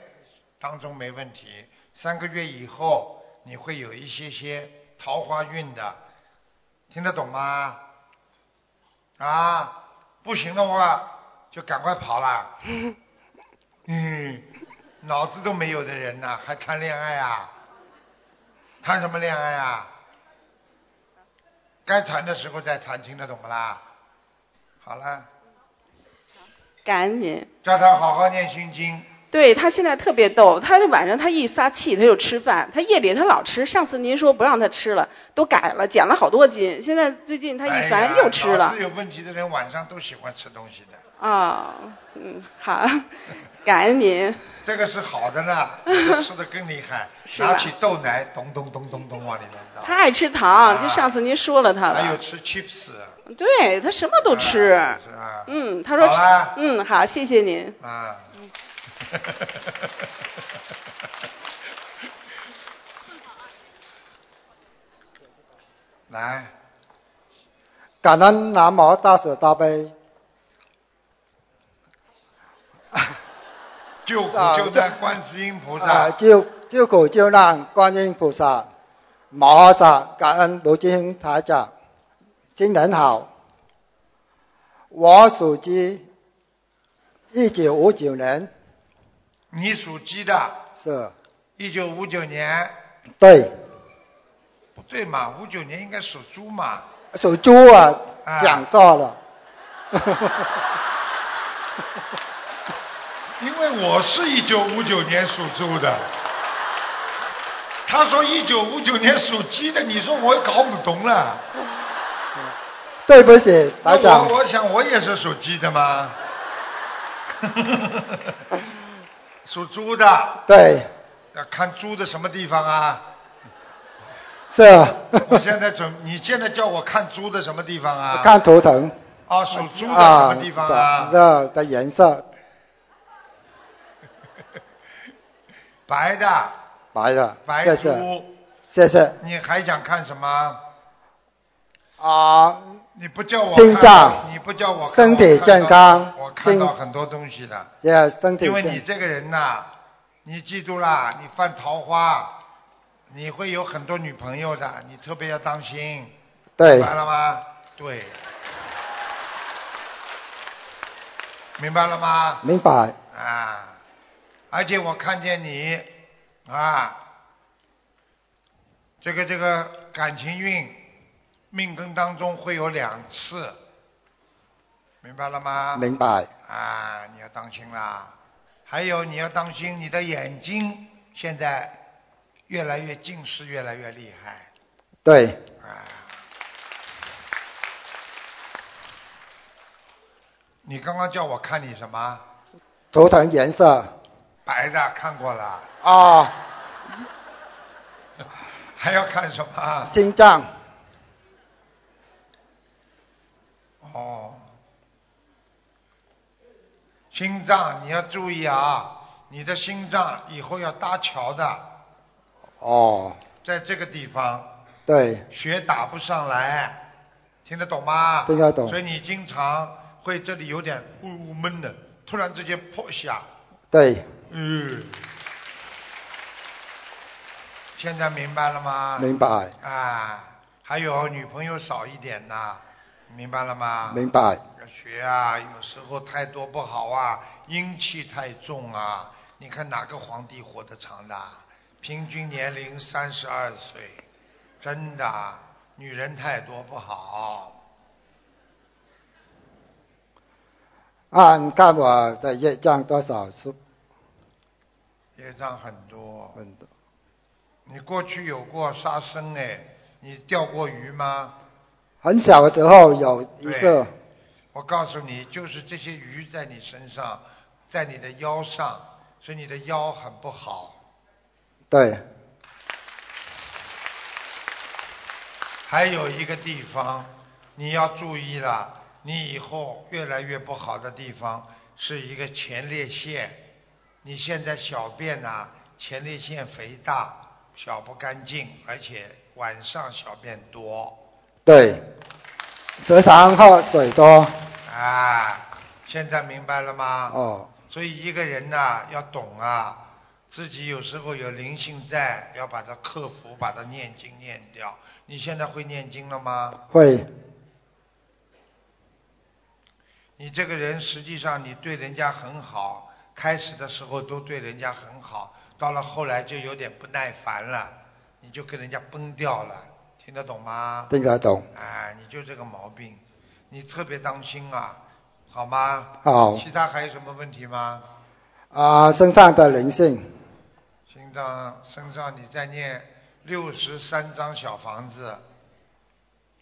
当中没问题，三个月以后你会有一些些桃花运的，听得懂吗？啊，不行的话就赶快跑 [laughs] 啦。嗯，脑子都没有的人呐、还谈恋爱啊？谈什么恋爱啊？该谈的时候再谈，听得懂不啦？好了，
感恩您。
叫他好好念心经。
对他现在特别逗，他就晚上他一撒气他就吃饭，他夜里他老吃。上次您说不让他吃了，都改了，减了好多斤。现在最近他一
哎呀
烦又吃
脑
了
子有问题的人晚上都喜欢吃东西的，
啊、嗯，好， [laughs] 感恩您。
这个是好
[laughs]
的呢，有的吃的更厉害，
是吧
拿起豆奶咚咚咚咚咚往里面倒，
他爱吃糖，就上次您说了他
啊还有
了。
吃 chips
对他什么都吃。
是吧？
嗯，他说
好啦，
嗯，好，谢谢
[laughs]
您。
啊。来，
感恩南无大慈大悲
救苦
啊
救
这
难观世音菩
啊
萨，
救救苦救难观音菩萨摩诃萨，感恩卢金雄台长，新年好。我属鸡，一九五九年
你属鸡的，
是
一九五九年，
对，
不对嘛？五九年应该属猪嘛？
属猪啊，
啊
讲错了。 [laughs]
因为我是一九五九年属猪的。他说一九五九年属鸡的，你说我也搞不懂了。
对不起，
那
台长
我，我想我也是属鸡的嘛。 [laughs] 属猪的，
对，
要看猪的什么地方啊？
是啊，
我现在准，你现在叫我看猪的什么地方啊？
看图腾
哦，属猪的什么地方啊？
这的颜色
白的，
白的，
白
谢谢，
猪。
谢谢。
你还想看什么？
啊，
你不叫我
心
看
脏
你不叫我看
身体
我看到
健康
我看到
心
很多东西的。
这身体
因为
健
你这个人呐、你记住啦，你犯桃花，你会有很多女朋友的，你特别要当心。
对
明白了吗？对。明白了吗？
明白，
啊，而且我看见你啊，这个这个感情运命根当中会有两次，明白了吗？
明白，
啊，你要当心啦。还有你要当心，你的眼睛现在越来越近视，越来越厉害。啊
对，
你刚刚叫我看你什么？
图腾颜色
白的看过了，
啊，
还要看什么？
心脏
哦，心脏你要注意啊，你的心脏以后要搭桥的，
哦，
在这个地方
对，
血打不上来，听得懂吗？
听得懂
所以你经常会这里有点呜呜闷的，突然之间破一下，
对，
嗯。现在明白了吗？
明白，
啊，还有女朋友少一点呐、明白了吗？
明白，
学啊，有时候太多不好啊，阴气太重啊。你看哪个皇帝活得长的啊？平均年龄三十二岁，真的啊，女人太多不好。
啊，你看我的业障多少是
业障很多。
很多。
你过去有过杀生哎，你钓过鱼吗？
很小的时候有一次，
我告诉你，就是这些鱼在你身上，在你的腰上，所以你的腰很不好。
对，
还有一个地方你要注意了，你以后越来越不好的地方是一个前列腺，你现在小便呐、前列腺肥大，小不干净，而且晚上小便多
对，时常喝水多，
啊，现在明白了吗？
哦，
所以一个人呐、要懂啊，自己有时候有灵性在，要把它克服，把它念经念掉。你现在会念经了吗？
会，
你这个人实际上你对人家很好，开始的时候都对人家很好，到了后来就有点不耐烦了，你就跟人家崩掉了，听得懂吗？
听得懂，
哎，你就这个毛病，你特别当心啊，好吗？
好
其他还有什么问题吗？
啊，身上的灵性，
心脏身上你再念六十三张小房子，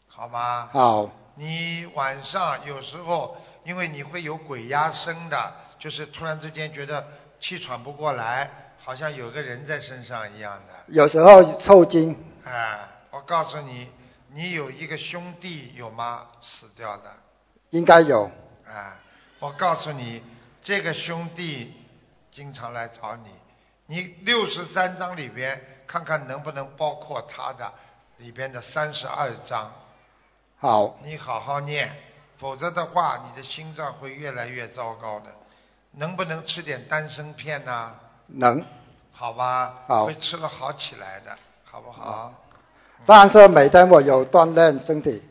好吗？
好，
你晚上有时候因为你会有鬼压身的，就是突然之间觉得气喘不过来，好像有个人在身上一样的。
有时候抽筋，
哎，我告诉你，你有一个兄弟有吗？死掉的。
应该有，
啊，我告诉你，这个兄弟经常来找你，你六十三章里边看看能不能包括他的里边的三十二章，
好，
你好好念，否则的话你的心脏会越来越糟糕的。能不能吃点丹参片呢、
能，
好吧，
好
会吃了好起来的，好不好？
但是每天我有锻炼身体，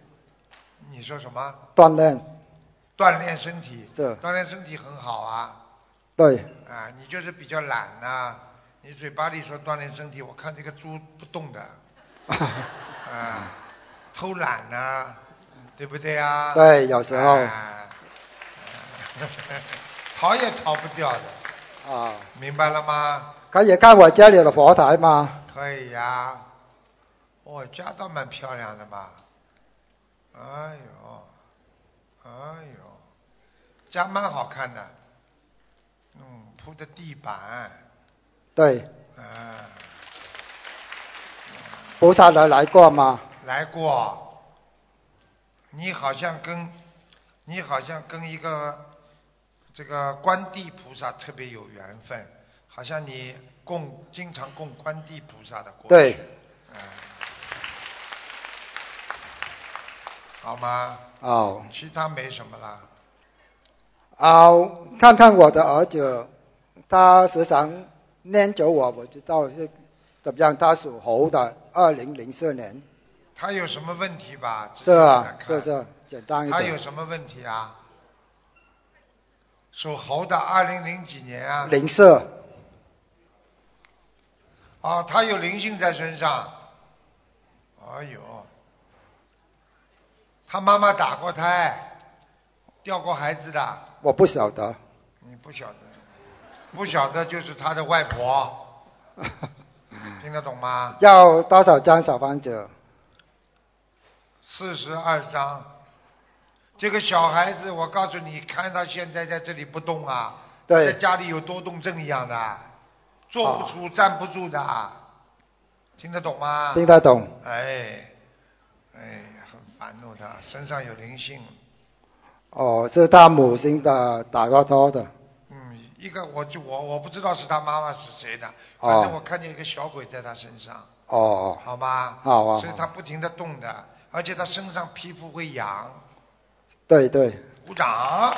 你说什么？
锻炼，
锻炼身体，
是
锻炼身体很好啊。
对，
啊，你就是比较懒呐、你嘴巴里说锻炼身体，我看这个猪不动
[laughs]
的，啊，偷懒呐、对不对啊？
对有时候
啊 [laughs] 逃也逃不掉的，
啊，
明白了吗？
可以看我家里的佛台吗？
可以呀、我家倒蛮漂亮的嘛，哎呦，哎呦，家蛮好看的，嗯，铺的地板，
对，
啊，
菩萨来来过吗？
来过。你好像跟，你好像跟一个这个观地菩萨特别有缘分，好像你供经常供观地菩萨的过去，
对，
嗯好吗？
哦，
其他没什么啦。
啊，看看我的儿子，他时常念着我，我知道是怎么样。他属猴的，二零零四年，
他有什么问题吧？
是啊，是是，简单一
他有
点。
什么问题啊？属猴的，二零零几年啊？
零四，
哦，他有灵性在身上。哎呦，他妈妈打过胎，掉过孩子的，
我不晓得。
你不晓得，不晓得就是他的外
[laughs]
婆，听得懂吗？
要多少张小房子？
四十二章。这个小孩子，我告诉你，看他现在在这里不动啊，
对
在家里有多动症一样的，坐不住、站不住的，听得懂吗？
听得懂。
哎，哎，很烦怒他，身上有灵性。
哦，是他母亲的打过拖的。
嗯，一个我就我我不知道是他妈妈是谁的，
哦
反正我看见一个小鬼在他身上，
哦，
好吗？
好啊
所以他不停的动的，而且他身上皮肤会痒。
对对，
鼓掌。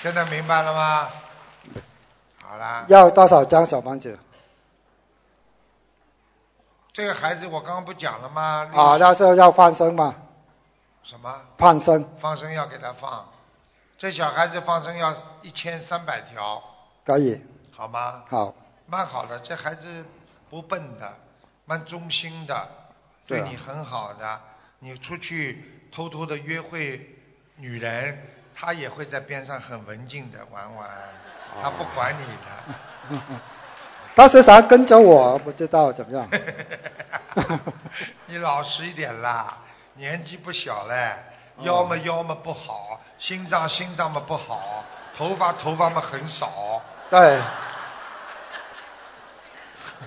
现在明白了吗？好啦，
要多少张小房子？
这个孩子我刚刚不讲了吗？
啊，那时候要放生吗？
什么？
放生
放生要给他放，这小孩子放生要一千三百条，
可以，
好吗？
好，
蛮好的，这孩子不笨的，蛮忠心的，
是啊
对你很好的。你出去偷偷的约会女人，她也会在边上很文静的玩玩，她不管你的。
[laughs] 他时常跟着我，不知道怎
[laughs]
么样。
你老实一点啦，年纪不小嘞，
嗯
腰嘛腰嘛不好，心脏心脏嘛不好，头发头发嘛很少。
对。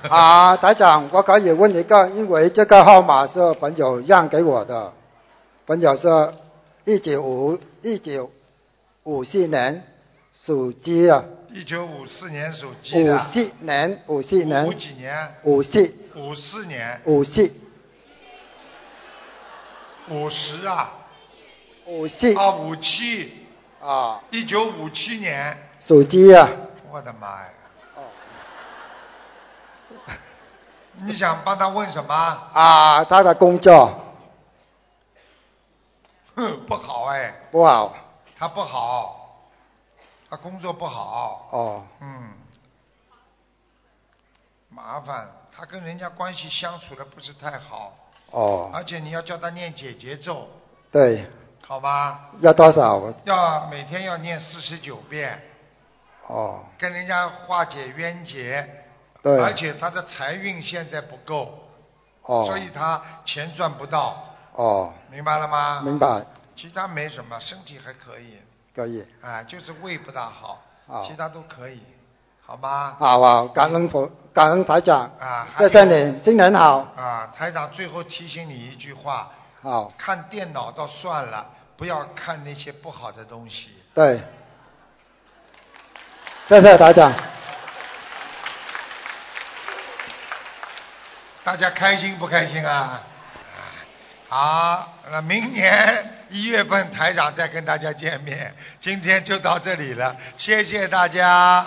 啊，台长，我可以问一个，因为这个号码是朋友让给我的，朋友是一九五一九五四年属鸡啊，
一九五四年属鸡的，
五四年五四
五
年
几年？
五四
五四年，
五四
五十啊，
五四
啊五七
啊，
一九五七年，
属鸡啊，
我的妈呀！
哦
[laughs] 你想帮他问什么？ [laughs]
啊，他的工作
哼，不好哎，
不好
他不好，他工作不好，
哦，
嗯，麻烦，他跟人家关系相处的不是太好，
哦，
而且你要叫他念姐姐咒，
对，
好吗？
要多少？
要每天要念四十九遍，
哦，
跟人家化解冤结，
对，
而且他的财运现在不够，
哦
所以他钱赚不到，
哦，
明白了吗？
明。白，
其他没什么，身体还可以，
可以。
啊，就是胃不大好，
好
其他都可以，好吗？
好好，感恩佛，感恩台长，
啊，还
谢
有
谢你，新年好，
啊，台长最后提醒你一句话，
好，
看电脑倒算了，不要看那些不好的东西。
对，谢谢台长，
大家开心不开心啊？好，那明年一月份台长再跟大家见面。今天就到这里了，谢谢大家。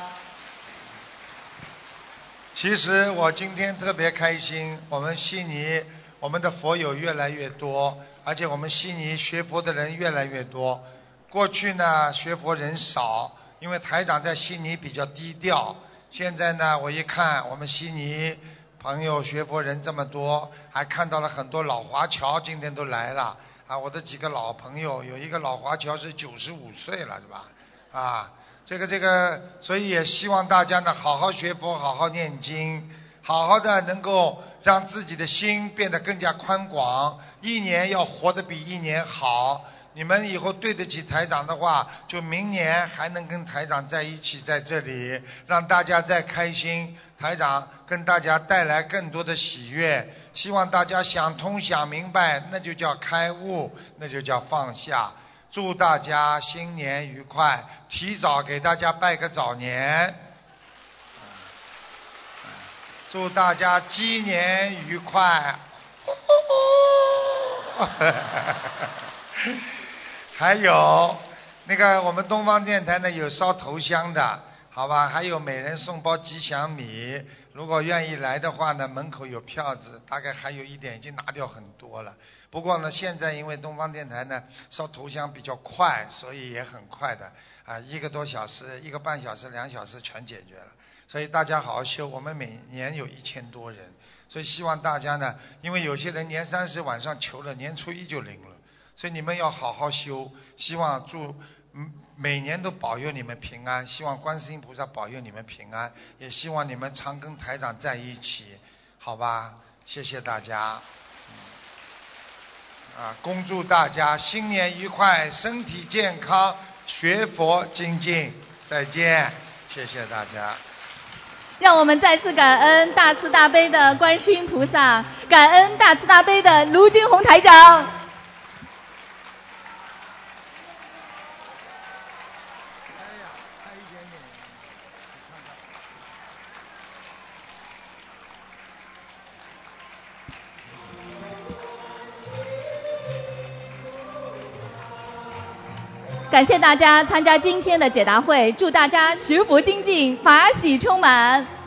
其实我今天特别开心，我们悉尼我们的佛友越来越多，而且我们悉尼学佛的人越来越多。过去呢，学佛人少，因为台长在悉尼比较低调。现在呢，我一看我们悉尼朋友学佛人这么多，还看到了很多老华侨今天都来了啊！我的几个老朋友，有一个老华侨是九十五岁了，是吧？啊，这个这个，所以也希望大家呢，好好学佛，好好念经，好好的能够让自己的心变得更加宽广，一年要活得比一年好。你们以后对得起台长的话，就明年还能跟台长在一起，在这里让大家再开心，台长跟大家带来更多的喜悦。希望大家想通想明白，那就叫开悟，那就叫放下。祝大家新年愉快，提早给大家拜个早年。祝大家鸡年愉快。 [laughs] 还有那个我们东方电台呢有烧头香的，好吧？还有每人送包吉祥米，如果愿意来的话呢，门口有票子，大概还有一点，已经拿掉很多了。不过呢，现在因为东方电台呢烧头香比较快，所以也很快的啊，一个多小时、一个半小时、两小时全解决了。所以大家好好修，我们每年有一千多人，所以希望大家呢，因为有些人年三十晚上求了，年初一就灵了，所以你们要好好修，希望祝嗯每年都保佑你们平安，希望观世音菩萨保佑你们平安，也希望你们常跟台长在一起，好吧？谢谢大家。嗯啊，恭祝大家新年愉快，身体健康，学佛精进，再见，谢谢大家。
让我们再次感恩大慈大悲的观世音菩萨，感恩大慈大悲的卢军红台长。感谢大家参加今天的解答会，祝大家学佛精进，法喜充满。